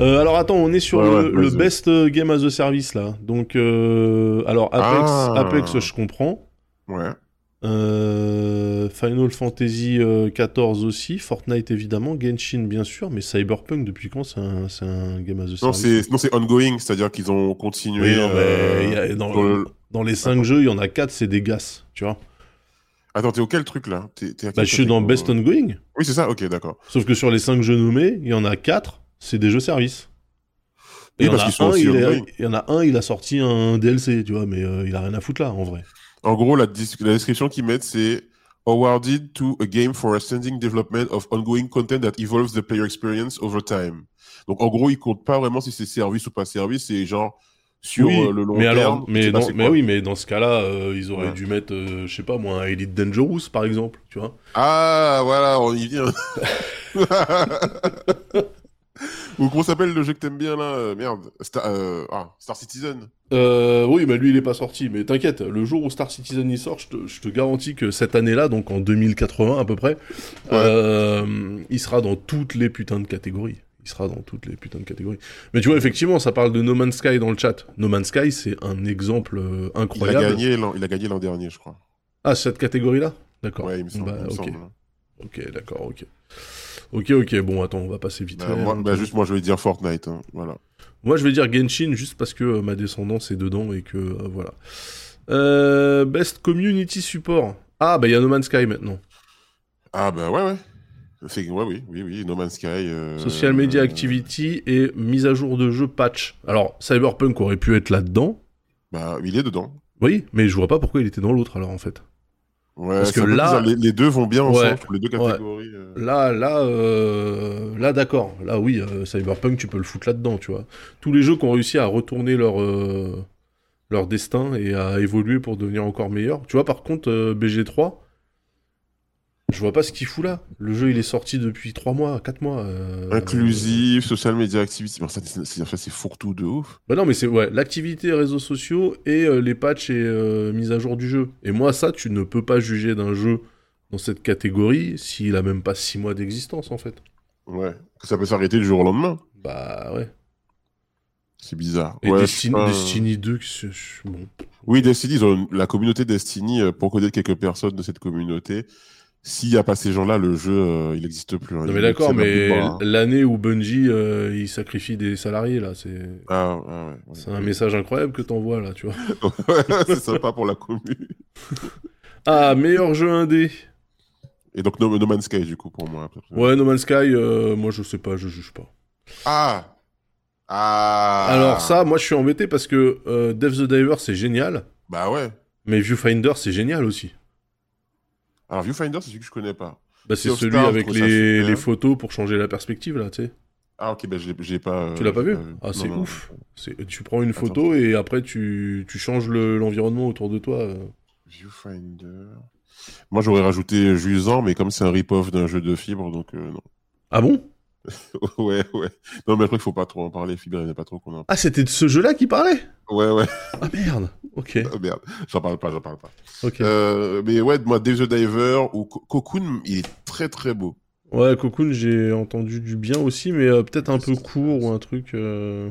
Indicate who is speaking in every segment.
Speaker 1: Euh, alors attends, on est sur
Speaker 2: Ouais,
Speaker 1: le,
Speaker 2: ouais,
Speaker 1: le
Speaker 2: vas-y.
Speaker 1: best euh, game as a service là. Donc euh, alors Apex,
Speaker 2: Ah.
Speaker 1: Apex, je comprends.
Speaker 2: Ouais.
Speaker 1: Euh, Final Fantasy euh, 14 aussi, Fortnite évidemment, Genshin bien sûr, mais Cyberpunk depuis quand c'est un, c'est un game as a
Speaker 2: Non,
Speaker 1: service
Speaker 2: c'est non, c'est ongoing, c'est-à-dire qu'ils ont continué.
Speaker 1: Oui, non, mais
Speaker 2: euh,
Speaker 1: il y a- dans,
Speaker 2: sur le-
Speaker 1: dans les 5 jeux, il y en a 4, c'est des gas, tu vois.
Speaker 2: Attends, t'es auquel truc là T'es- t'es à
Speaker 1: Bah,
Speaker 2: quel
Speaker 1: je suis
Speaker 2: truc,
Speaker 1: dans
Speaker 2: euh
Speaker 1: Best Ongoing,
Speaker 2: Oui, c'est ça. Ok, d'accord.
Speaker 1: sauf que sur les 5 jeux nommés, il y en a 4, c'est des jeux services. Et il
Speaker 2: Oui,
Speaker 1: y en
Speaker 2: parce
Speaker 1: a
Speaker 2: qu'ils sont
Speaker 1: un,
Speaker 2: aussi
Speaker 1: il est-
Speaker 2: ongoing.
Speaker 1: il y en a un, il a sorti un DLC, tu vois, mais euh, il a rien à foutre là, en vrai.
Speaker 2: En gros, la, dis- la description qu'ils mettent, c'est awarded to a game for ascending development of ongoing content that evolves the player experience over time. Donc, en gros, ils comptent pas vraiment si c'est service ou pas service, c'est genre sur
Speaker 1: oui,
Speaker 2: euh, le long
Speaker 1: mais
Speaker 2: terme.
Speaker 1: alors,
Speaker 2: je
Speaker 1: mais,
Speaker 2: sais pas
Speaker 1: dans-
Speaker 2: c'est
Speaker 1: mais
Speaker 2: quoi.
Speaker 1: oui, mais dans ce cas-là, euh, ils auraient
Speaker 2: Ouais.
Speaker 1: dû mettre, euh, je sais pas moi, un Elite Dangerous par exemple, tu vois.
Speaker 2: Ah, voilà, on y vient. Ou comment s'appelle le jeu que t'aimes bien là euh, Merde, Star, euh, ah, Star Citizen.
Speaker 1: Euh, oui, mais lui il est pas sorti, mais t'inquiète, le jour où Star Citizen y sort, je te, je te garantis que cette année-là, donc en 2080 à peu près, euh, il sera dans toutes les putains de catégories. Il sera dans toutes les putains de catégories. Mais tu vois, effectivement, ça parle de No Man's Sky dans le chat. No Man's Sky, c'est un exemple euh,
Speaker 2: Il a
Speaker 1: incroyable.
Speaker 2: gagné l'an, il a gagné l'an dernier, je crois.
Speaker 1: Ah, cette catégorie-là D'accord.
Speaker 2: Ouais, il me semble.
Speaker 1: Bah,
Speaker 2: il me
Speaker 1: ok,
Speaker 2: semble.
Speaker 1: ok, d'accord, ok. Ok, ok, bon, attends, on va passer vite.
Speaker 2: Bah,
Speaker 1: fait,
Speaker 2: moi-
Speaker 1: hein.
Speaker 2: bah, juste moi, je vais dire Fortnite. hein, Voilà.
Speaker 1: Moi, je vais dire Genshin juste parce que euh, ma descendance est dedans et que euh, voilà. Euh, best Community Support. Ah, bah il y a No Man's Sky maintenant.
Speaker 2: Ah bah ouais ouais. C'est ouais oui oui oui No Man's Sky. euh,
Speaker 1: Social Media
Speaker 2: euh,
Speaker 1: Activity et mise à jour de jeu patch. Alors, Cyberpunk aurait pu être là-dedans.
Speaker 2: Bah il est dedans.
Speaker 1: Oui, mais je vois pas pourquoi il était dans l'autre alors en fait.
Speaker 2: Ouais,
Speaker 1: Parce
Speaker 2: c'est
Speaker 1: que
Speaker 2: un peu
Speaker 1: là-
Speaker 2: bizarre, les, les deux vont bien ensemble.
Speaker 1: Ouais.
Speaker 2: Les deux catégories. euh.
Speaker 1: Là, là, euh, là, d'accord. Là, oui, euh, Cyberpunk, tu peux le foutre là-dedans, tu vois. Tous les jeux qui ont réussi à retourner leur euh, leur destin et à évoluer pour devenir encore meilleur. Tu vois, par contre, euh, BG3, je vois pas ce qu'il fout là. Le jeu, il est sorti depuis 3 mois, 4 mois. euh,
Speaker 2: Inclusive, social media activity. Bon, ça, c'est, c'est- ça, c'est fourre-tout de ouf.
Speaker 1: Bah non, mais c'est ouais, l'activité réseaux sociaux et euh, les patchs et euh, mises à jour du jeu. Et moi, ça, tu ne peux pas juger d'un jeu dans cette catégorie s'il a même pas 6 mois d'existence, en fait.
Speaker 2: Ouais. Que ça peut s'arrêter du jour au lendemain.
Speaker 1: Bah ouais.
Speaker 2: C'est bizarre.
Speaker 1: Et
Speaker 2: Ouais, je sais
Speaker 1: Destiny,
Speaker 2: pas, euh,
Speaker 1: Destiny 2, que c'est- je- bon.
Speaker 2: Oui, Destiny, ils ont une- la communauté Destiny, euh, pour connaître quelques personnes de cette communauté, s'il n'y a pas ces gens-là, le jeu, euh, il n'existe plus. hein.
Speaker 1: Non
Speaker 2: Il-
Speaker 1: mais d'accord,
Speaker 2: c'est leur
Speaker 1: mais
Speaker 2: but bas, hein.
Speaker 1: l'année où Bungie euh, il sacrifie des salariés là, c'est
Speaker 2: Ah, ah, ouais, ouais.
Speaker 1: c'est un message incroyable que t'envoies là, tu vois.
Speaker 2: c'est sympa pour la commune.
Speaker 1: Ah meilleur jeu indé.
Speaker 2: Et donc no, No Man's Sky, du coup, pour moi. après.
Speaker 1: Ouais, No Man's Sky, euh, moi je sais pas, je juge pas.
Speaker 2: Ah Ah
Speaker 1: Alors ça, moi je suis embêté parce que euh, Death the Diver c'est génial,
Speaker 2: Bah ouais.
Speaker 1: mais Viewfinder c'est génial aussi.
Speaker 2: Alors Viewfinder, c'est celui que je connais pas.
Speaker 1: Bah c'est
Speaker 2: Sea of
Speaker 1: celui
Speaker 2: Stars, je
Speaker 1: avec
Speaker 2: trouve ça
Speaker 1: les,
Speaker 2: super.
Speaker 1: les photos pour changer la perspective là, tu sais.
Speaker 2: Ah ok, bah je l'ai- je l'ai pas. euh,
Speaker 1: Tu l'as pas
Speaker 2: j'ai
Speaker 1: vu Ah
Speaker 2: Non,
Speaker 1: c'est
Speaker 2: non.
Speaker 1: ouf. C'est- Tu prends une
Speaker 2: Attends.
Speaker 1: photo et après tu, tu changes le- l'environnement autour de toi. euh.
Speaker 2: Viewfinder. Moi, j'aurais rajouté Jusant, mais comme c'est un rip-off d'un jeu de fibre, donc euh, non.
Speaker 1: Ah bon
Speaker 2: ouais, ouais. Non, mais je crois qu'il faut pas trop en parler. Fibre, il n'y en a pas trop qu'on en
Speaker 1: Ah, c'était de ce jeu-là qu'il parlait
Speaker 2: Ouais, ouais.
Speaker 1: Ah merde Ok,
Speaker 2: Oh, merde. J'en parle pas, j'en parle pas.
Speaker 1: ok.
Speaker 2: Euh, mais ouais, moi, Dave the Diver ou Co- Cocoon, il est très très beau.
Speaker 1: Ouais, Cocoon, j'ai entendu du bien aussi, mais euh, peut-être un peu
Speaker 2: C'est-
Speaker 1: court ou un truc... euh.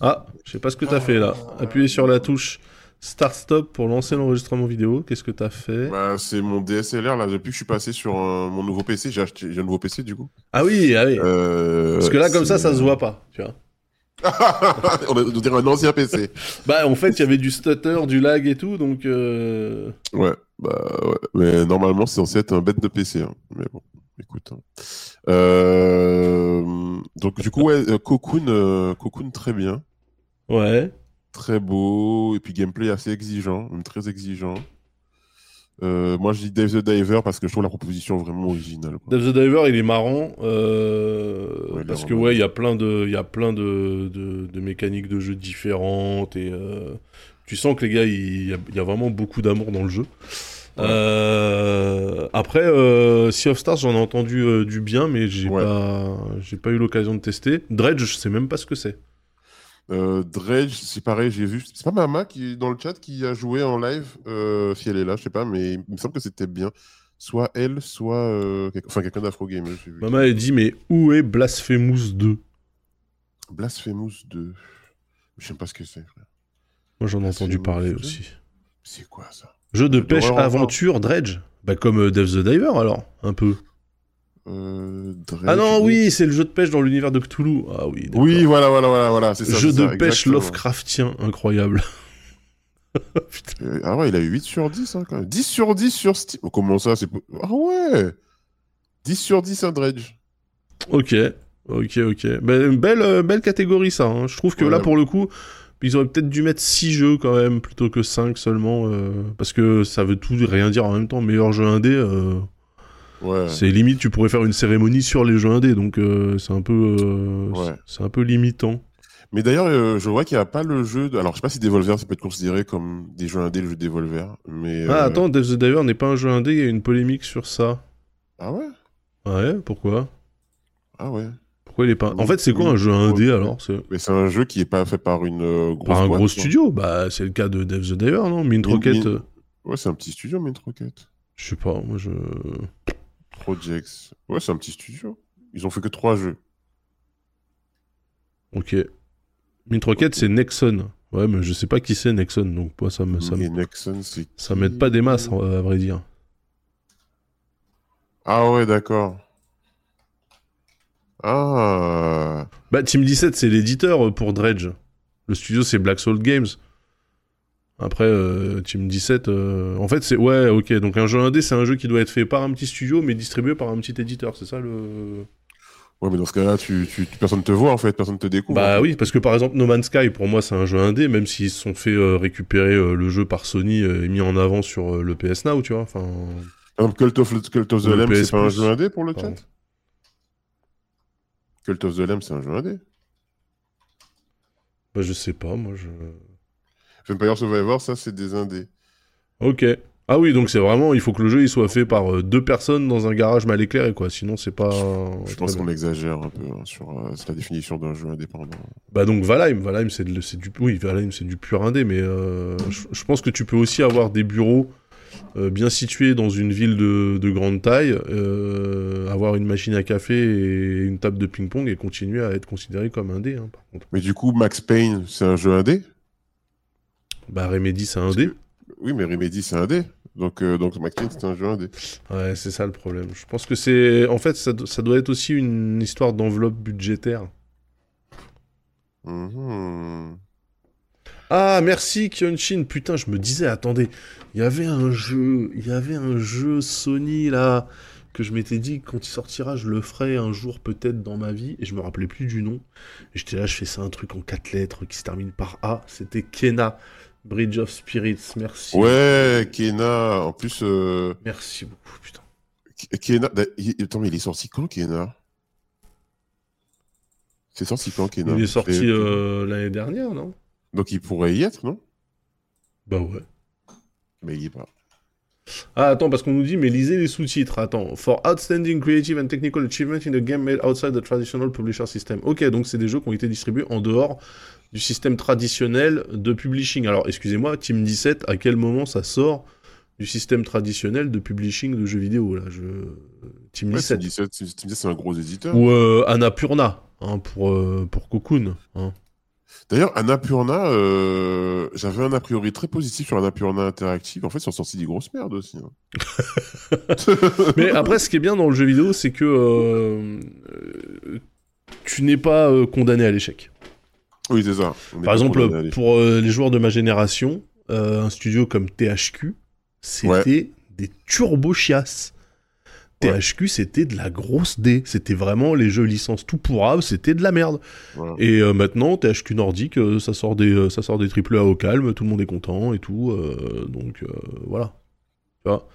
Speaker 1: Ah, je sais pas ce que t'as fait là.
Speaker 2: Ah.
Speaker 1: Appuyez sur la touche Start Stop pour lancer l'enregistrement vidéo. Qu'est-ce que t'as fait
Speaker 2: Bah, c'est mon DSLR là. Depuis que je suis passé sur euh, mon nouveau PC, j'ai acheté j'ai un nouveau PC du coup.
Speaker 1: Ah oui, ah oui.
Speaker 2: Euh,
Speaker 1: Parce que là, comme ça,
Speaker 2: c'est-
Speaker 1: ça se voit pas, tu vois.
Speaker 2: on a- on dirait un ancien PC.
Speaker 1: Bah, en fait, il y avait du stutter, du lag et tout, donc... euh,
Speaker 2: ouais, bah ouais. Mais normalement, c'est censé être un bête de PC. hein. Mais bon, écoute. hein. Euh, Donc, du coup, ouais, euh, Cocoon, euh, Cocoon, très bien.
Speaker 1: Ouais.
Speaker 2: Très beau. Et puis, gameplay assez exigeant, même très exigeant. Euh, moi, je dis Dave the Diver parce que je trouve la proposition vraiment originale. quoi.
Speaker 1: Death the Diver, il est marrant euh,
Speaker 2: Ouais, il est
Speaker 1: parce que
Speaker 2: vraiment
Speaker 1: ouais, il y a plein de, il y a plein de, de, de mécaniques de jeu différentes et euh, tu sens que les gars, il y, a- il y a vraiment beaucoup d'amour dans le jeu.
Speaker 2: Ouais.
Speaker 1: Euh, après, euh, Sea of Stars, j'en ai entendu euh, du bien, mais j'ai
Speaker 2: Ouais.
Speaker 1: pas, j'ai pas eu l'occasion de tester. Dredge, je sais même pas ce que c'est.
Speaker 2: Euh, Dredge, c'est pareil, j'ai vu. C'est pas Mama qui est dans le chat qui a joué en live, euh, si elle est là, je sais pas, mais il me semble que c'était bien. Soit elle, soit euh, quel- enfin quelqu'un d'Afro Game.
Speaker 1: Mama a dit, mais où est Blasphemous 2
Speaker 2: Blasphemous 2. Je sais pas ce que c'est, frère.
Speaker 1: Moi, j'en ai entendu
Speaker 2: Blasphemous
Speaker 1: parler
Speaker 2: 2.
Speaker 1: aussi.
Speaker 2: C'est quoi ça
Speaker 1: Jeu de
Speaker 2: Jeu d'horreur
Speaker 1: pêche
Speaker 2: encore.
Speaker 1: aventure Dredge. Bah, comme euh, Death the Diver, alors, un peu.
Speaker 2: Euh, Dredge,
Speaker 1: ah non, oui, c'est le jeu de pêche dans l'univers de Cthulhu. Ah oui. d'accord.
Speaker 2: Oui, voilà, voilà, voilà, voilà. c'est Ça,
Speaker 1: jeu
Speaker 2: c'est ça,
Speaker 1: de pêche
Speaker 2: exactement.
Speaker 1: Lovecraftien, incroyable. Putain.
Speaker 2: Euh, Ah ouais, il a eu 8 sur 10, hein, quand même. 10 sur 10 sur Steam. Oh, Comment ça c'est... pas- Ah ouais 10 sur 10, un Dredge.
Speaker 1: Ok, ok, ok. Ben, belle, euh, belle catégorie ça. hein. Je trouve que
Speaker 2: Ouais.
Speaker 1: là pour le coup, ils auraient peut-être dû mettre 6 jeux quand même plutôt que 5 seulement. euh, parce que ça veut tout et rien dire en même temps. Meilleur jeu indé, euh,
Speaker 2: Ouais.
Speaker 1: c'est limite, tu pourrais faire une cérémonie sur les jeux indés. Donc euh, c'est un peu euh,
Speaker 2: Ouais.
Speaker 1: c'est un peu limitant.
Speaker 2: Mais d'ailleurs, euh, je vois qu'il n'y a pas le jeu. De... Alors, je sais pas si Devolver, ça peut être considéré comme des jeux indés, le jeu Devolver. Mais.
Speaker 1: Ah
Speaker 2: euh,
Speaker 1: attends, Death the Diver n'est pas un jeu indé, il y a une polémique sur ça.
Speaker 2: Ah ouais
Speaker 1: Ouais, pourquoi
Speaker 2: Ah ouais.
Speaker 1: Pourquoi il est pas... En
Speaker 2: Oui,
Speaker 1: fait c'est quoi
Speaker 2: oui,
Speaker 1: un jeu
Speaker 2: pourquoi
Speaker 1: indé
Speaker 2: pas
Speaker 1: alors c'est...
Speaker 2: Mais c'est un jeu qui est pas fait par une euh, grosse.
Speaker 1: Par un
Speaker 2: boîte,
Speaker 1: gros
Speaker 2: quoi.
Speaker 1: studio Bah c'est le cas de Death the Diver, non Mint
Speaker 2: Min-
Speaker 1: Rocket
Speaker 2: Min-
Speaker 1: euh,
Speaker 2: Ouais, c'est un petit studio, Mint Rocket.
Speaker 1: Je sais pas, moi je...
Speaker 2: Projects. Ouais, c'est un petit studio. Ils ont fait que trois jeux.
Speaker 1: Ok. Mint Rocket, c'est Nexon. Ouais, mais je sais pas qui c'est Nexon, donc moi, ça me, ça me-
Speaker 2: Et Nexon, c'est.
Speaker 1: ça m'aide pas des masses, euh, à vrai dire.
Speaker 2: Ah ouais, d'accord. Ah.
Speaker 1: Bah, Team 17, c'est l'éditeur euh, pour Dredge. Le studio, c'est Black Soul Games. Après, euh, Team 17, euh, en fait, c'est. Ouais, ok, donc un jeu indé, c'est un jeu qui doit être fait par un petit studio, mais distribué par un petit éditeur, c'est ça le.
Speaker 2: Ouais, mais dans ce cas-là, tu, tu, tu- personne te voit en fait, personne te découvre.
Speaker 1: Bah oui, parce que par exemple, No Man's Sky, pour moi, c'est un jeu indé, même s'ils se sont fait euh, récupérer euh, le jeu par Sony euh, et mis en avant sur euh, le PS Now, tu vois. Enfin.
Speaker 2: Par exemple, Cult of, Cult of the
Speaker 1: Ou le
Speaker 2: Lamb,
Speaker 1: PS+.
Speaker 2: c'est pas un jeu indé pour le
Speaker 1: Pardon.
Speaker 2: chat Cult of the Lamb, c'est un jeu indé.
Speaker 1: Bah, je sais pas, moi, je.
Speaker 2: Vampire Survivor, ça, c'est des indés.
Speaker 1: Ok. Ah oui, donc c'est vraiment, il faut que le jeu il soit fait par euh, deux personnes dans un garage mal éclairé, quoi. Sinon, c'est pas.
Speaker 2: Je
Speaker 1: Très
Speaker 2: pense
Speaker 1: bien.
Speaker 2: qu'on exagère un peu hein, sur euh, la définition d'un jeu indépendant.
Speaker 1: Bah donc Valheim, Valheim c'est de- c'est du, oui Valheim c'est du pur indé, mais euh, je je pense que tu peux aussi avoir des bureaux euh, bien situés dans une ville de, de grande taille, euh, avoir une machine à café et une table de ping-pong et continuer à être considéré comme indé. Hein, par contre,
Speaker 2: Mais du coup, Max Payne, c'est un jeu indé
Speaker 1: bah Remedy c'est indé.
Speaker 2: Oui, mais Remedy, c'est indé. Donc, euh, donc Max Payne, c'est un jeu indé.
Speaker 1: Ouais, c'est ça le problème. Je pense que c'est, en fait, ça, do- ça doit être aussi une histoire d'enveloppe budgétaire.
Speaker 2: Mhm.
Speaker 1: Ah, merci Kyonchin. Putain, je me disais, attendez, il y avait un jeu, il y avait un jeu Sony là que je m'étais dit quand il sortira, je le ferai un jour peut-être dans ma vie et je me rappelais plus du nom. Et J'étais là, je fais ça un truc en quatre lettres qui se termine par A, c'était Kena Bridge of Spirits. Merci.
Speaker 2: Ouais, Kena. En plus, euh,
Speaker 1: Merci beaucoup, putain.
Speaker 2: K- Kena. d'a- il- Attends, mais il est sorti quand, Kena C'est sorti quand, Kena
Speaker 1: Il est
Speaker 2: C'est-
Speaker 1: sorti euh, l'année dernière, non?
Speaker 2: Donc, il pourrait y être, non
Speaker 1: Bah ouais.
Speaker 2: Mais il y est pas.
Speaker 1: Ah, attends, parce qu'on nous dit, mais lisez les sous-titres. Attends. For outstanding creative and technical achievement in a game made outside the traditional publisher system. Ok, donc c'est des jeux qui ont été distribués en dehors du système traditionnel de publishing. Alors, excusez-moi, Team 17, à quel moment ça sort du système traditionnel de publishing de jeux vidéo, là je... Team
Speaker 2: Ouais,
Speaker 1: 17.
Speaker 2: Team 17, Team 17, c'est un gros éditeur.
Speaker 1: Ou euh, Annapurna, hein, pour, euh, pour Cocoon. hein.
Speaker 2: D'ailleurs, Annapurna, euh, j'avais un a priori très positif sur Annapurna Interactive. En fait, ils sont sortis des grosses merdes aussi. hein.
Speaker 1: Mais après, ce qui est bien dans le jeu vidéo, c'est que euh, euh, tu n'es pas euh, condamné à l'échec.
Speaker 2: Oui, c'est ça. On est
Speaker 1: Par
Speaker 2: pas
Speaker 1: exemple,
Speaker 2: condamné à aller-
Speaker 1: pour euh, les joueurs de ma génération, euh, un studio comme THQ, c'était des turbo-chiasses.
Speaker 2: Ouais.
Speaker 1: THQ, c'était de la grosse D. C'était vraiment les jeux licences tout pourrables, c'était de la merde.
Speaker 2: Voilà.
Speaker 1: Et euh, maintenant, THQ Nordique, euh, ça sort des, euh, ça sort des triple A au calme, tout le monde est content et tout. euh, donc euh, voilà, tu vois.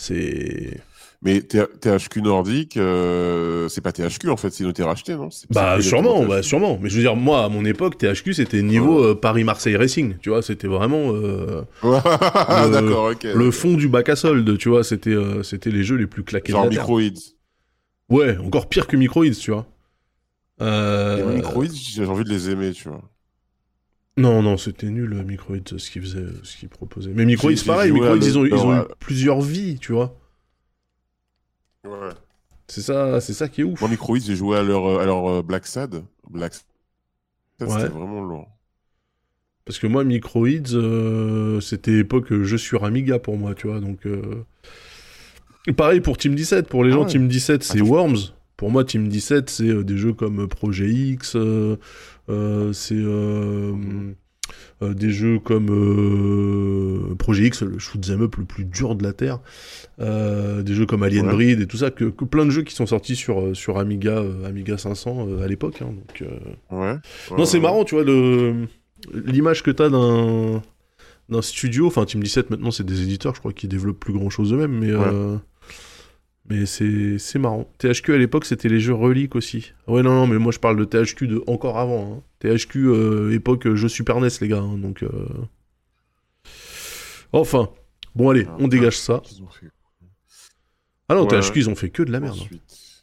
Speaker 1: C'est
Speaker 2: Mais T- THQ Nordique, euh, c'est pas THQ en fait, c'est noté racheté, non C'est-
Speaker 1: bah
Speaker 2: c'est
Speaker 1: sûrement,
Speaker 2: exactement
Speaker 1: bah
Speaker 2: THQ.
Speaker 1: sûrement. Mais je veux dire, moi à mon époque, THQ c'était niveau euh, Paris-Marseille Racing, tu vois. C'était vraiment euh,
Speaker 2: Ah, D'accord, ok.
Speaker 1: le fond du bac à solde, tu vois, c'était euh, c'était les jeux les plus claqués
Speaker 2: Genre
Speaker 1: de la terre.
Speaker 2: Microids.
Speaker 1: Ouais, encore pire que Microids, tu vois.
Speaker 2: Les
Speaker 1: Euh...
Speaker 2: Microids, j'ai envie de les aimer, tu vois.
Speaker 1: Non, non, c'était nul euh, Microids euh, ce qu'ils faisaient, euh, ce qu'ils proposaient. Mais
Speaker 2: J'ai-
Speaker 1: Microids,
Speaker 2: j'ai
Speaker 1: pareil,
Speaker 2: joué à
Speaker 1: Microids, ils ont, ils
Speaker 2: Lockdown,
Speaker 1: ont eu
Speaker 2: ouais.
Speaker 1: plusieurs vies, tu vois.
Speaker 2: Ouais.
Speaker 1: C'est ça, c'est ça qui est ouf.
Speaker 2: Moi, Microids, j'ai joué à leur, euh, à leur euh, Black Sad. Black Ça,
Speaker 1: Ouais.
Speaker 2: C'était vraiment lourd.
Speaker 1: Parce que moi, Microids, euh, c'était époque euh, jeu sur Amiga pour moi, tu vois. Donc, euh, et Pareil pour Team 17. Pour les
Speaker 2: Ah
Speaker 1: gens,
Speaker 2: ouais.
Speaker 1: Team 17, c'est
Speaker 2: Attends, je-
Speaker 1: Worms. Pour moi, Team 17, c'est euh, des jeux comme euh, Projet X, euh, euh, c'est euh, euh, des jeux comme euh, Projet X, le shoot'em up le plus dur de la Terre, euh, des jeux comme Alien
Speaker 2: Ouais.
Speaker 1: Breed et tout ça, que, que plein de jeux qui sont sortis sur, euh, sur Amiga, euh, Amiga 500 euh, à l'époque. hein, donc, euh,
Speaker 2: Ouais.
Speaker 1: non, c'est
Speaker 2: Ouais.
Speaker 1: marrant, tu vois, le... l'image que t'as d'un d'un studio, enfin Team 17 maintenant c'est des éditeurs, je crois qu'ils développent plus grand chose eux-mêmes, mais,
Speaker 2: Ouais.
Speaker 1: euh, mais c'est c'est marrant. THQ à l'époque c'était les jeux reliques aussi. Ah Ouais non non mais moi je parle de THQ de encore avant. hein. THQ euh, époque euh, jeu Super NES les gars, hein, donc euh. enfin bon allez
Speaker 2: Ah,
Speaker 1: on
Speaker 2: ouais.
Speaker 1: dégage ça.
Speaker 2: Qu'ils ont fait
Speaker 1: Ah non
Speaker 2: Ouais,
Speaker 1: THQ
Speaker 2: ouais.
Speaker 1: ils ont fait que de la Ah, merde. hein.
Speaker 2: ensuite.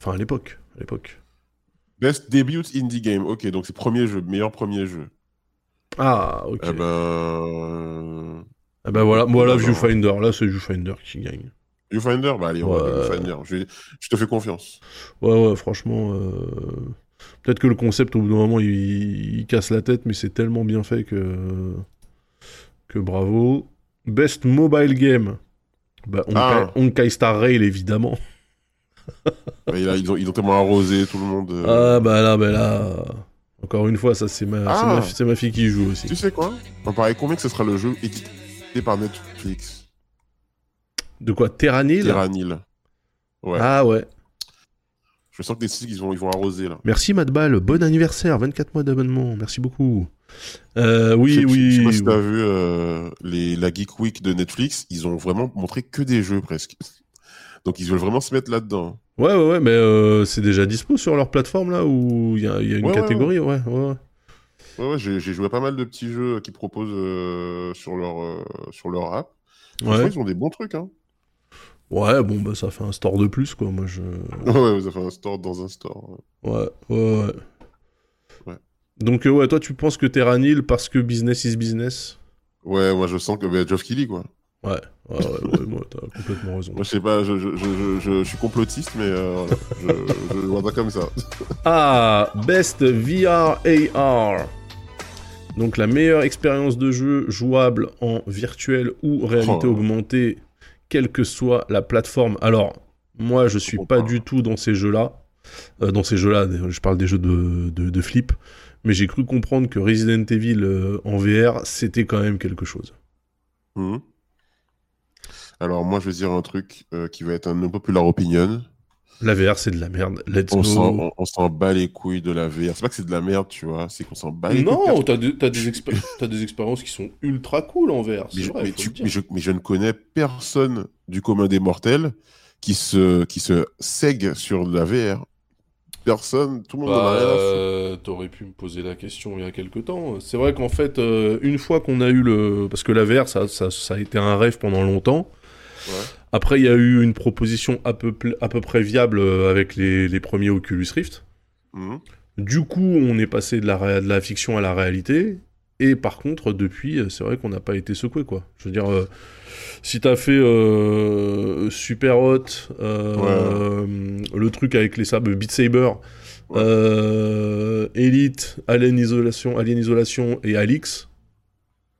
Speaker 1: Enfin à l'époque à l'époque.
Speaker 2: Best debut indie game. Ok, donc c'est premier jeu, meilleur premier jeu.
Speaker 1: Ah ok.
Speaker 2: Eh ben. euh,
Speaker 1: Ah bah voilà voilà
Speaker 2: Ah bah,
Speaker 1: Viewfinder là c'est Viewfinder qui gagne.
Speaker 2: Viewfinder Bah allez, on va
Speaker 1: Ouais.
Speaker 2: dire Viewfinder. Je, je te fais confiance.
Speaker 1: Ouais, ouais, franchement. euh, Peut-être que le concept, au bout d'un moment, il, il casse la tête, mais c'est tellement bien fait que. Que bravo. Best mobile game. Bah, Honkai,
Speaker 2: Ah.
Speaker 1: Honkai Star Rail, évidemment.
Speaker 2: Bah, il a- ils, ont, ils ont tellement arrosé tout le monde. euh.
Speaker 1: Ah, bah là, bah là. Encore une fois, ça, c'est ma, c'est
Speaker 2: Ah.
Speaker 1: ma, c'est ma fille qui joue
Speaker 2: Tu
Speaker 1: aussi.
Speaker 2: sais quoi On paraît combien que ce sera le jeu édité par Netflix
Speaker 1: De quoi Terranil
Speaker 2: Terranil. Ouais.
Speaker 1: Ah, ouais.
Speaker 2: Je sens que les sites, ils vont, ils vont arroser là.
Speaker 1: Merci, Madball. Bon anniversaire. 24 mois d'abonnement. Merci beaucoup. Euh, oui,
Speaker 2: Je sais-
Speaker 1: oui.
Speaker 2: Je sais pas si
Speaker 1: oui.
Speaker 2: t'as vu euh, les, la Geek Week de Netflix, ils ont vraiment montré que des jeux presque. Donc ils veulent vraiment se mettre là-dedans.
Speaker 1: Ouais, ouais, ouais, mais euh, c'est déjà dispo sur leur plateforme là où il y a, il y a une
Speaker 2: Ouais, ouais,
Speaker 1: catégorie, ouais, ouais. ouais.
Speaker 2: Ouais, ouais, j'ai j'ai joué à pas mal de petits jeux qu'ils proposent euh, sur, leur, euh, sur leur app. Franchement,
Speaker 1: Ouais.
Speaker 2: ils ont des bons trucs. Hein.
Speaker 1: Ouais, bon, bah ça fait un store de plus, quoi. Moi, je.
Speaker 2: Ouais, ouais, vous avez fait un store dans un store.
Speaker 1: Ouais, ouais, ouais.
Speaker 2: Ouais.
Speaker 1: Donc, euh, ouais, toi, tu penses que Terranil parce que business is business
Speaker 2: Ouais, moi je sens que bah, Geoff Keighley, quoi.
Speaker 1: Ouais, ouais, ouais, ouais, ouais, t'as complètement raison.
Speaker 2: Moi je sais pas, je, je, je, je, je suis complotiste, mais euh, voilà, je, je vois ça comme ça.
Speaker 1: Ah, Best VR AR. Donc la meilleure expérience de jeu jouable en virtuel ou réalité
Speaker 2: Oh.
Speaker 1: augmentée, quelle que soit la plateforme. Alors, moi, je
Speaker 2: Oh,
Speaker 1: suis pas du tout dans ces jeux-là. Euh, dans ces jeux-là, je parle des jeux de, de, de flip. Mais j'ai cru comprendre que Resident Evil euh, en VR, c'était quand même quelque chose.
Speaker 2: Mhm. Alors moi je vais dire un truc euh, qui va être un unpopular opinion.
Speaker 1: La VR, c'est de la merde. Let's
Speaker 2: On
Speaker 1: go.
Speaker 2: s'en, on, on s'en bat les couilles de la VR. C'est pas que c'est de la merde, tu vois, c'est qu'on s'en bat les couilles. de
Speaker 1: Non,
Speaker 2: personne.
Speaker 1: t'as des, t'as des expé- t'as des expériences qui sont ultra cool en VR.
Speaker 2: mais,
Speaker 1: C'est
Speaker 2: je,
Speaker 1: vrai,
Speaker 2: mais
Speaker 1: faut
Speaker 2: tu-
Speaker 1: le dire.
Speaker 2: mais je- mais je ne connais personne du commun des mortels qui se, qui se sègue sur la VR. Personne, tout le monde en a
Speaker 1: Bah,
Speaker 2: rien à foutre.
Speaker 1: euh, t'aurais pu me poser la question il y a quelque temps. C'est vrai qu'en fait, euh, une fois qu'on a eu le... Parce que la VR, ça, ça, ça a été un rêve pendant longtemps.
Speaker 2: Ouais.
Speaker 1: Après, il y a eu une proposition à peu, pl- à peu près viable euh, avec les, les premiers Oculus Rift.
Speaker 2: Mhm.
Speaker 1: Du coup, on est passé de la, réa- de la fiction à la réalité. Et par contre, depuis, euh, c'est vrai qu'on n'a pas été secoué, quoi. Je veux dire, euh, si t'as fait euh, Super Hot, euh,
Speaker 2: Ouais.
Speaker 1: euh, le truc avec les sables Beat Saber,
Speaker 2: Ouais.
Speaker 1: euh, Elite, Alien Isolation, Alien Isolation et Alix,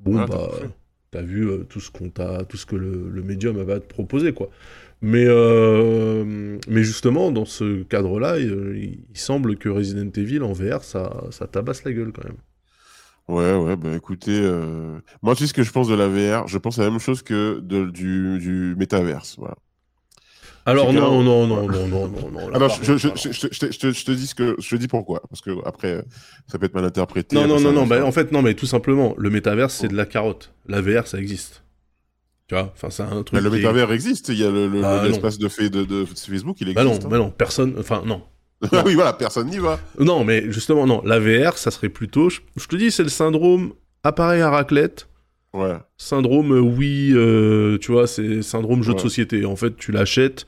Speaker 1: bon
Speaker 2: Ah, t'as
Speaker 1: bah,
Speaker 2: tout fait.
Speaker 1: t'as vu euh, tout ce qu'on t'a, tout ce que le, le médium avait à te proposer, quoi. Mais, euh, mais justement, dans ce cadre-là, euh, il, il semble que Resident Evil en VR, ça, ça tabasse la gueule quand même.
Speaker 2: Ouais, ouais, bah écoutez, euh, moi tu sais ce que je pense de la VR, je pense à la même chose que de, du, du métaverse. Voilà.
Speaker 1: Alors
Speaker 2: C'est
Speaker 1: non,
Speaker 2: clair.
Speaker 1: non, non, non, non, non, non. là,
Speaker 2: Alors,
Speaker 1: par
Speaker 2: Ah, bah, je, je,
Speaker 1: contre,
Speaker 2: je, je, je, te- je te dis ce que je te dis pourquoi, parce que après euh, ça peut être mal interprété.
Speaker 1: Non, non,
Speaker 2: après,
Speaker 1: non,
Speaker 2: ça-
Speaker 1: non, bah, en fait, non, mais tout simplement, le métaverse, c'est de la carotte. La VR, ça existe. Tu vois, enfin, c'est un
Speaker 2: Bah,
Speaker 1: truc.
Speaker 2: le
Speaker 1: qui est-
Speaker 2: métavers existe, il y a le- le-
Speaker 1: Bah,
Speaker 2: le-
Speaker 1: non.
Speaker 2: l'espace de, fait de, de Facebook, il
Speaker 1: Bah non,
Speaker 2: existe. hein.
Speaker 1: bah non, personne, enfin, non. non.
Speaker 2: oui, voilà, personne n'y va.
Speaker 1: Non, mais justement, non, la VR, ça serait plutôt. Je, je te dis, c'est le syndrome appareil à raclette,
Speaker 2: Ouais.
Speaker 1: syndrome, euh, oui, euh, tu vois, c'est syndrome jeu de
Speaker 2: Ouais.
Speaker 1: société. En fait, tu l'achètes,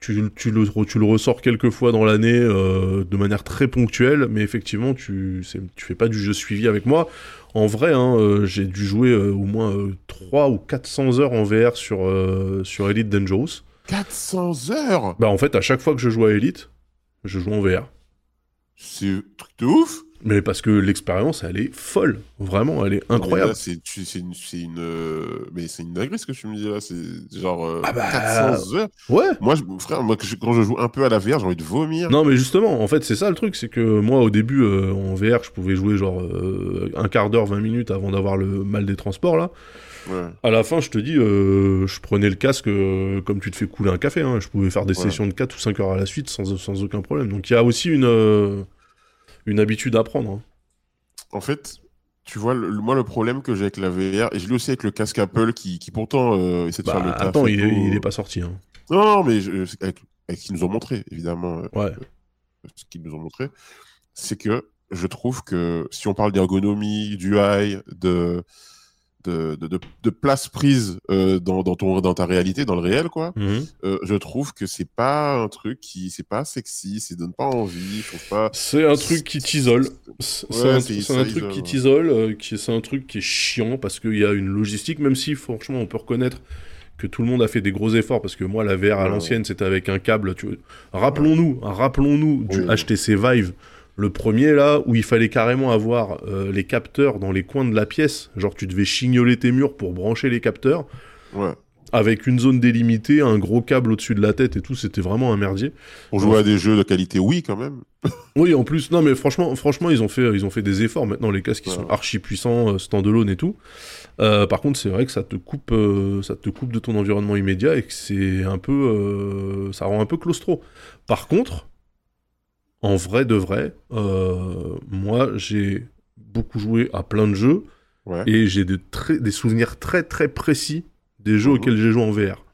Speaker 1: tu, tu le, re- tu le ressors quelques fois dans l'année euh, de manière très ponctuelle, mais effectivement, tu, c'est- tu fais pas du jeu suivi avec moi. En vrai, hein, euh, j'ai dû jouer euh, au moins euh, 3 ou 400 heures en VR sur, euh, sur Elite Dangerous.
Speaker 2: 400 heures
Speaker 1: Bah, en fait, à chaque fois que je joue à Elite, je joue en VR.
Speaker 2: C'est un truc de ouf
Speaker 1: Mais parce que l'expérience, elle est folle. Vraiment, elle est
Speaker 2: Mais
Speaker 1: incroyable.
Speaker 2: là, C'est tu- c'est une, c'est une, euh, mais c'est une dinguerie ce que tu me dis là. C'est genre euh,
Speaker 1: Ah bah.
Speaker 2: 400 heures.
Speaker 1: Ouais.
Speaker 2: Moi, je, frère, moi, que je- quand je joue un peu à la VR, j'ai envie de vomir.
Speaker 1: Non, mais justement, en fait, c'est ça le truc, c'est que moi, au début, euh, en VR, je pouvais jouer genre euh, un quart d'heure, 20 minutes avant d'avoir le mal des transports, là.
Speaker 2: Ouais.
Speaker 1: À la fin, je te dis, euh, je prenais le casque euh, comme tu te fais couler un café, hein. je pouvais faire des
Speaker 2: Ouais.
Speaker 1: sessions de 4 ou 5 heures à la suite sans, sans aucun problème. Donc, il y a aussi une, euh, une habitude à prendre. hein.
Speaker 2: En fait, tu vois, le, le- moi, le problème que j'ai avec la VR, et je l'ai aussi avec le casque Apple qui, qui pourtant euh, essaie de
Speaker 1: Bah,
Speaker 2: faire le taf.
Speaker 1: attends,
Speaker 2: et
Speaker 1: il
Speaker 2: tout.
Speaker 1: est, il est pas sorti. hein.
Speaker 2: Non, non, mais je, c'est avec, avec ce qu'ils nous ont montré, évidemment, euh,
Speaker 1: Ouais.
Speaker 2: ce qu'ils nous ont montré, c'est que je trouve que si on parle d'ergonomie, du high, de, de, de, de- de place prise euh, dans, dans, ton, dans ta réalité, dans le réel, quoi,
Speaker 1: Mhm.
Speaker 2: euh, je trouve que c'est pas un truc qui, c'est pas sexy, ça donne pas envie, je trouve pas.
Speaker 1: C'est un truc qui t'isole. C'est
Speaker 2: Ouais,
Speaker 1: c'est un,
Speaker 2: c'est-
Speaker 1: c'est
Speaker 2: ça
Speaker 1: un
Speaker 2: isole,
Speaker 1: truc qui
Speaker 2: ouais.
Speaker 1: t'isole, euh, qui- c'est un truc qui est chiant parce qu'il y a une logistique, même si franchement on peut reconnaître que tout le monde a fait des gros efforts parce que moi la VR à
Speaker 2: Ouais.
Speaker 1: l'ancienne c'était avec un câble. Tu... Rappelons-nous, rappelons-nous du
Speaker 2: Oui.
Speaker 1: HTC Vive, le premier là où il fallait carrément avoir euh, les capteurs dans les coins de la pièce, genre tu devais chignoler tes murs pour brancher les capteurs
Speaker 2: Ouais.
Speaker 1: avec une zone délimitée, un gros câble au-dessus de la tête et tout, c'était vraiment un merdier.
Speaker 2: Pour jouer à des jeux de qualité, oui, quand même.
Speaker 1: Oui, en plus, non, mais franchement, franchement, ils ont fait, ils ont fait des efforts. Maintenant, les casques, ils
Speaker 2: Ouais.
Speaker 1: sont archi puissants, euh, standalone et tout. Euh, par contre, c'est vrai que ça te coupe, euh, ça te coupe de ton environnement immédiat et que c'est un peu, euh, ça rend un peu claustro. Par contre, en vrai de vrai, euh, moi, j'ai beaucoup joué à plein de jeux
Speaker 2: Ouais.
Speaker 1: et j'ai de très, des souvenirs très très précis des jeux
Speaker 2: Mhm.
Speaker 1: auxquels j'ai joué en VR.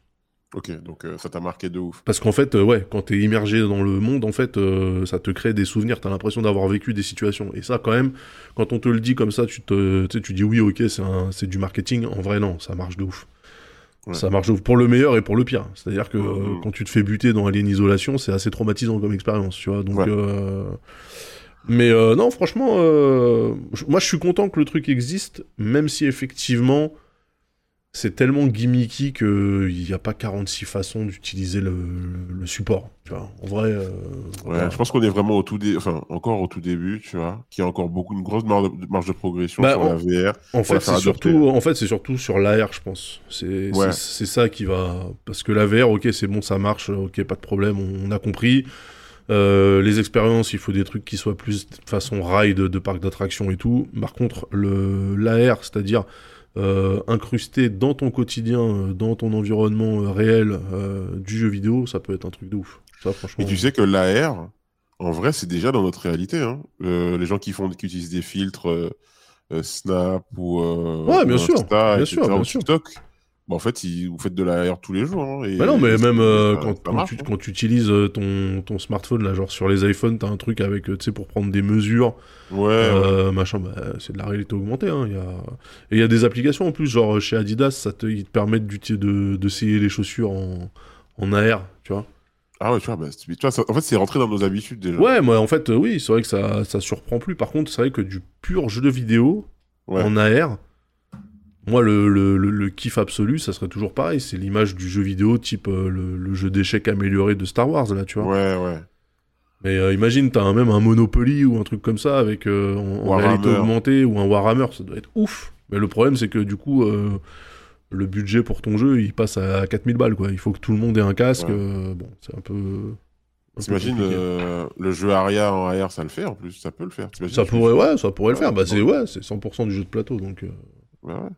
Speaker 2: Ok, donc euh, ça t'a marqué de ouf.
Speaker 1: Parce qu'en fait, euh, ouais, quand t'es immergé dans le monde, en fait, euh, ça te crée des souvenirs, t'as l'impression d'avoir vécu des situations. Et ça, quand même, quand on te le dit comme ça, tu te, tu sais, tu dis oui, ok, c'est un- c'est du marketing. En vrai, non, ça marche de ouf.
Speaker 2: Ouais.
Speaker 1: Ça marche de ouf pour le meilleur et pour le pire. C'est-à-dire que
Speaker 2: Mhm.
Speaker 1: euh, quand tu te fais buter dans Alien Isolation, c'est assez traumatisant comme expérience, tu vois. Donc,
Speaker 2: Ouais.
Speaker 1: euh, mais euh, non, franchement, euh, je- moi, je suis content que le truc existe, même si effectivement c'est tellement gimmicky qu'il n'y a pas 46 façons d'utiliser le, le support. Tu vois. En vrai, euh,
Speaker 2: Ouais,
Speaker 1: voilà.
Speaker 2: Je pense qu'on est vraiment au tout dé... enfin, encore au tout début, tu vois, qu'il y a encore beaucoup, une grosse marge de, marge de progression
Speaker 1: Bah,
Speaker 2: sur
Speaker 1: on-
Speaker 2: la VR.
Speaker 1: en,
Speaker 2: la
Speaker 1: fait,
Speaker 2: faire
Speaker 1: c'est
Speaker 2: adopter.
Speaker 1: surtout, en fait, c'est surtout sur l'AR, je pense. C'est
Speaker 2: Ouais.
Speaker 1: c'est- c'est ça qui va... Parce que la VR, ok, c'est bon, ça marche, ok, pas de problème, on, on a compris. Euh, les expériences, il faut des trucs qui soient plus de façon ride de parc d'attractions et tout. Par contre, le l'AR, c'est-à-dire euh, incrusté dans ton quotidien, euh, dans ton environnement euh, réel euh, du jeu vidéo, ça peut être un truc de ouf. Ça, franchement.
Speaker 2: Et tu sais que l'AR, en vrai, c'est déjà dans notre réalité. Hein. Euh, les gens qui font, qui utilisent des filtres euh, euh, Snap ou, euh,
Speaker 1: Ouais, bien
Speaker 2: ou
Speaker 1: sûr,
Speaker 2: Insta,
Speaker 1: bien
Speaker 2: etc.,
Speaker 1: sûr, bien
Speaker 2: ou
Speaker 1: sûr.
Speaker 2: TikTok, bah, en fait, ils- vous faites de l'AR tous les jours. hein, et-
Speaker 1: Bah non, mais
Speaker 2: et ça-
Speaker 1: même euh,
Speaker 2: ça-
Speaker 1: quand,
Speaker 2: ça
Speaker 1: quand
Speaker 2: marche,
Speaker 1: tu,
Speaker 2: hein.
Speaker 1: quand tu utilises euh, ton, ton smartphone, là, genre sur les iPhones, t'as un truc avec, euh, tu sais, pour prendre des mesures,
Speaker 2: Ouais, ouais.
Speaker 1: euh, machin, bah, c'est de la réalité augmentée. Hein, il y a... Et il y a des applications en plus, genre euh, chez Adidas, ça te, ils te permettent d'uti- de, de scier les chaussures en, en AR, tu vois.
Speaker 2: Ah ouais, tu vois, bah, c'est- tu vois, ça- en fait, c'est rentré dans nos habitudes déjà.
Speaker 1: Ouais, moi, en fait, euh, oui, c'est vrai que ça, ça surprend plus. Par contre, c'est vrai que du pur jeu de vidéo
Speaker 2: Ouais.
Speaker 1: en AR, moi, le, le, le- le kiff absolu, ça serait toujours pareil. C'est l'image du jeu vidéo type euh, le, le jeu d'échecs amélioré de Star Wars, là, tu vois.
Speaker 2: ouais, ouais.
Speaker 1: Mais euh, imagine, t'as un- même un Monopoly ou un truc comme ça avec euh, en- en,
Speaker 2: Warhammer.
Speaker 1: réalité augmentée ou un Warhammer, ça doit être ouf. Mais le problème, c'est que du coup, euh, le budget pour ton jeu, il passe à 4000 balles, quoi. Il faut que tout le monde ait un casque.
Speaker 2: Ouais.
Speaker 1: euh, bon, c'est un peu. un peu
Speaker 2: T'imagines
Speaker 1: compliqué.
Speaker 2: euh, le jeu Aria en AR, ça le fait en plus, ça peut le faire. T'imagines,
Speaker 1: Ça
Speaker 2: tu-
Speaker 1: pourrait, ouais, ça pourrait le faire. Bah, c'est
Speaker 2: Ouais.
Speaker 1: ouais, c'est 100% du jeu de plateau. Donc, euh.
Speaker 2: Ouais, ouais.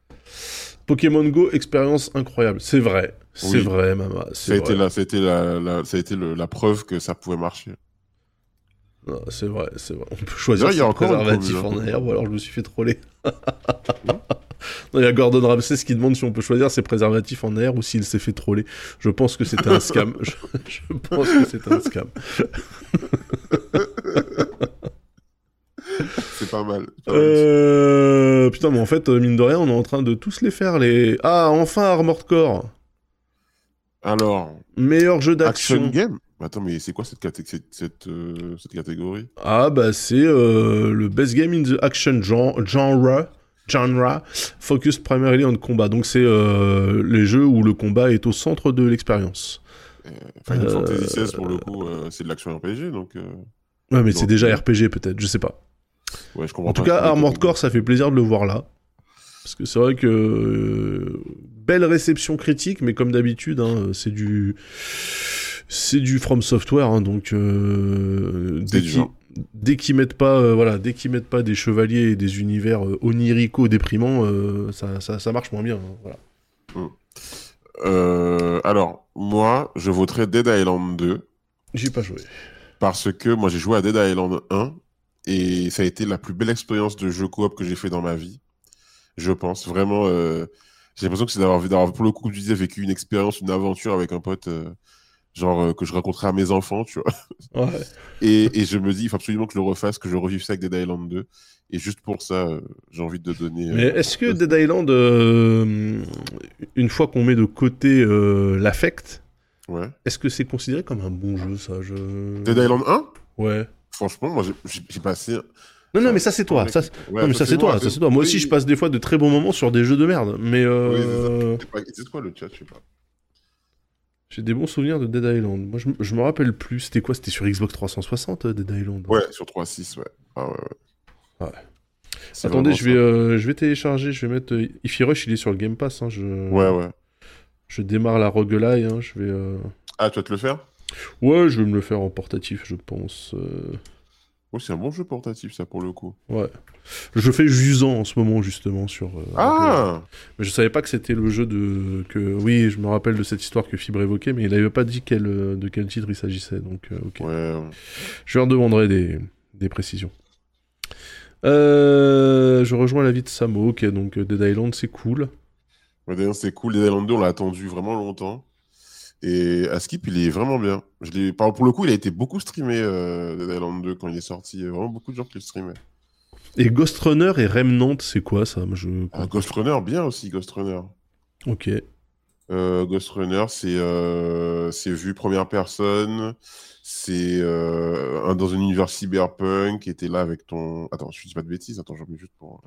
Speaker 1: Pokémon Go, expérience incroyable. C'est vrai, c'est
Speaker 2: Oui.
Speaker 1: vrai, Mama.
Speaker 2: Ça
Speaker 1: C'est
Speaker 2: a, été
Speaker 1: vrai.
Speaker 2: la, ça a été, la, la- ça a été le- la preuve que ça pouvait marcher.
Speaker 1: Non, C'est vrai, c'est vrai. On peut choisir
Speaker 2: D'ailleurs, il y a
Speaker 1: son
Speaker 2: encore une
Speaker 1: préservatif
Speaker 2: commune,
Speaker 1: en
Speaker 2: hein.
Speaker 1: arrière ou alors je me suis fait troller. Non, il y a Gordon Ramsay qui demande si on peut choisir ses préservatifs en air ou s'il s'est fait troller. Je pense que c'était un scam. Je, je pense que c'était un scam.
Speaker 2: C'est pas mal. C'est pas mal.
Speaker 1: Euh, Putain, mais en fait, euh, mine de rien, on est en train de tous les faire. les. Ah, enfin Armored Core.
Speaker 2: Alors,
Speaker 1: Meilleur jeu
Speaker 2: action,
Speaker 1: d'action.
Speaker 2: game Attends, mais c'est quoi cette, catég- cette, cette, euh, cette catégorie
Speaker 1: Ah bah c'est euh, le best game in the action gen- genre genre focus primarily on combat. Donc c'est euh, les jeux où le combat est au centre de l'expérience.
Speaker 2: Final
Speaker 1: Euh,
Speaker 2: Fantasy XVI, pour le coup, euh, c'est de l'action RPG, donc. euh,
Speaker 1: Ouais mais
Speaker 2: Donc,
Speaker 1: c'est déjà
Speaker 2: euh,
Speaker 1: RPG peut-être, je sais pas.
Speaker 2: Ouais, je comprends
Speaker 1: En tout
Speaker 2: pas.
Speaker 1: cas, Armored Core, ça fait plaisir de le voir là. Parce que c'est vrai que. euh, Belle réception critique, mais comme d'habitude, hein, c'est du. C'est du From Software, hein, donc. euh,
Speaker 2: C'est
Speaker 1: dès
Speaker 2: du
Speaker 1: qu'ils
Speaker 2: genre.
Speaker 1: dès qu'ils mettent pas euh, voilà dès qu'ils mettent pas des chevaliers et des univers euh, onirico déprimants euh, ça, ça, ça marche moins bien hein, voilà.
Speaker 2: Euh, alors, moi, je voterais Dead Island 2
Speaker 1: j'ai pas joué
Speaker 2: parce que moi, j'ai joué à Dead Island 1 et ça a été la plus belle expérience de jeu coop que j'ai fait dans ma vie. Je pense vraiment. euh, j'ai l'impression que c'est d'avoir, d'avoir, pour le coup, comme tu disais, vécu une expérience, une aventure avec un pote, euh, genre euh, que je raconterai à mes enfants, tu vois.
Speaker 1: ouais.
Speaker 2: Et, et je me dis, il faut absolument que je le refasse, que je revive ça avec Dead Island 2. Et juste pour ça, euh, j'ai envie de donner. euh,
Speaker 1: Mais est-ce que Dead Island, euh, une fois qu'on met de côté euh, l'affect,
Speaker 2: euh, ouais.
Speaker 1: est-ce que c'est considéré comme un bon jeu, ça je...
Speaker 2: Dead Island 1
Speaker 1: Ouais.
Speaker 2: Franchement, moi, j'ai- j'ai j'ai passé.
Speaker 1: Non, non, mais ça, c'est toi. Ça, c'est-
Speaker 2: Ouais,
Speaker 1: non, mais ça, c'est toi.
Speaker 2: moi,
Speaker 1: Ça, c'est toi. Moi
Speaker 2: oui,
Speaker 1: aussi, je passe des fois de très bons moments sur des jeux de merde. Mais euh,
Speaker 2: c'est pas- C'est quoi le chat Je sais pas.
Speaker 1: j'ai des bons souvenirs de Dead Island. Moi, je, m- je me rappelle plus. C'était quoi C'était sur Xbox 360, euh, Dead Island.
Speaker 2: Ouais, sur 3.6, ouais. Ah, ouais, ouais.
Speaker 1: Ouais.
Speaker 2: C'est
Speaker 1: Attendez,
Speaker 2: vraiment
Speaker 1: je vais,
Speaker 2: ça.
Speaker 1: euh, je vais télécharger. Je vais mettre. euh, Ify Rush, il est sur le Game Pass. hein, je...
Speaker 2: Ouais, ouais.
Speaker 1: je démarre la roguelite. hein, je vais. euh,
Speaker 2: Ah, tu vas te le faire
Speaker 1: Ouais, je vais me le faire en portatif, je pense. euh.
Speaker 2: Oh, c'est un bon jeu portatif, ça, pour le coup.
Speaker 1: Je fais Jusant en ce moment justement sur. euh, Rogue Ally.
Speaker 2: Ah
Speaker 1: Mais je savais pas que c'était le jeu de que oui, je me rappelle de cette histoire que Fibre évoquait, mais il n'avait pas dit quel, euh, de quel titre il s'agissait. Donc euh, ok.
Speaker 2: Ouais.
Speaker 1: Je leur demanderai des, des précisions. Euh, je rejoins l'avis de Samo. Ok, donc euh, Dead Island, c'est cool.
Speaker 2: Ouais, D'ailleurs, c'est cool. Dead Island 2, on l'a attendu vraiment longtemps. Et à Skip, il est vraiment bien. Je l'ai- par- pour le coup, il a été beaucoup streamé, euh, Dead Island 2, quand il est sorti. Il y a vraiment beaucoup de gens qui le streamaient.
Speaker 1: Et Ghost Runner et Remnant, c'est quoi ça Moi, je...
Speaker 2: Ah, Ghost Runner, bien aussi, Ghost Runner.
Speaker 1: Ok.
Speaker 2: Euh, Ghost Runner, c'est euh, c'est vu première personne. C'est euh, un- dans un univers cyberpunk. Et t'es là avec ton. Attends, je dis pas de bêtises. Attends, j'en mets juste pour.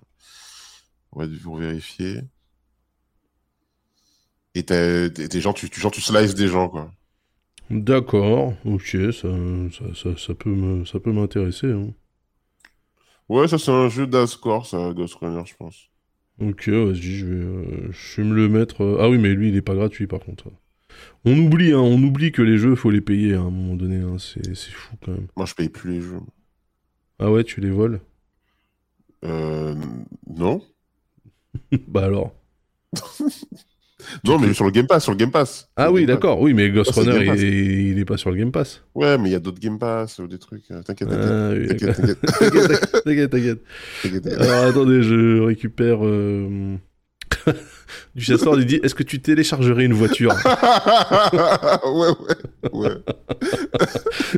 Speaker 2: On va pour vérifier. Et t'as- t'es t'es genre, tu, tu, genre, tu slices des gens, quoi.
Speaker 1: D'accord. Ok, ça, ça, ça, ça peut me- ça peut m'intéresser. hein.
Speaker 2: Ouais, ça, c'est un jeu d'Ascore, ça, Ghost Runner, je pense.
Speaker 1: Ok, vas-y, je vais, euh, je vais me le mettre. euh, Ah oui, mais lui, il est pas gratuit par contre. On oublie, hein, on oublie que les jeux, faut les payer hein, à un moment donné. hein, c'est c'est fou quand même.
Speaker 2: Moi, je paye plus les jeux.
Speaker 1: Ah ouais, tu les voles
Speaker 2: Euh, non.
Speaker 1: Bah alors.
Speaker 2: Non, mais sur le Game Pass, sur le Game Pass. Sur
Speaker 1: Ah
Speaker 2: le
Speaker 1: oui,
Speaker 2: Game Pass.
Speaker 1: d'accord. Oui, mais Ghost
Speaker 2: Ah, c'est
Speaker 1: Runner,
Speaker 2: Game Pass.
Speaker 1: il, est- il est pas sur le Game Pass.
Speaker 2: Ouais, mais il y a d'autres Game Pass, euh, des trucs. euh, T'inquiète, t'inquiète.
Speaker 1: Ah oui, d'accord.
Speaker 2: T'inquiète,
Speaker 1: T'inquiète,
Speaker 2: t'inquiète,
Speaker 1: t'inquiète, t'inquiète, t'inquiète.
Speaker 2: t'inquiète, t'inquiète.
Speaker 1: Alors attendez, je récupère. euh, du chasseur, il dit Est-ce que tu téléchargerais une voiture
Speaker 2: ouais, ouais, ouais.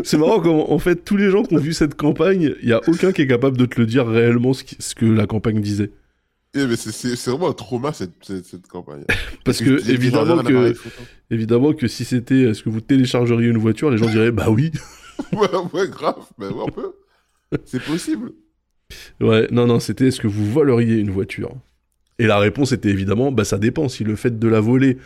Speaker 1: C'est marrant comment, en fait, tous les gens qui ont vu cette campagne, il y a aucun qui est capable de te le dire réellement ce qui- ce que la campagne disait.
Speaker 2: Eh, mais c'est- c'est c'est vraiment un trauma cette, cette, cette campagne.
Speaker 1: Parce que,
Speaker 2: J'ai- j'ai
Speaker 1: évidemment
Speaker 2: regardé l'appareil
Speaker 1: que,
Speaker 2: photo.
Speaker 1: évidemment que si c'était est-ce que vous téléchargeriez une voiture, les gens diraient bah oui.
Speaker 2: ouais, ouais, grave, mais ouais, on peut. C'est possible.
Speaker 1: Ouais, non, non, c'était est-ce que vous voleriez une voiture Et la réponse était évidemment bah ça dépend. Si le fait de la voler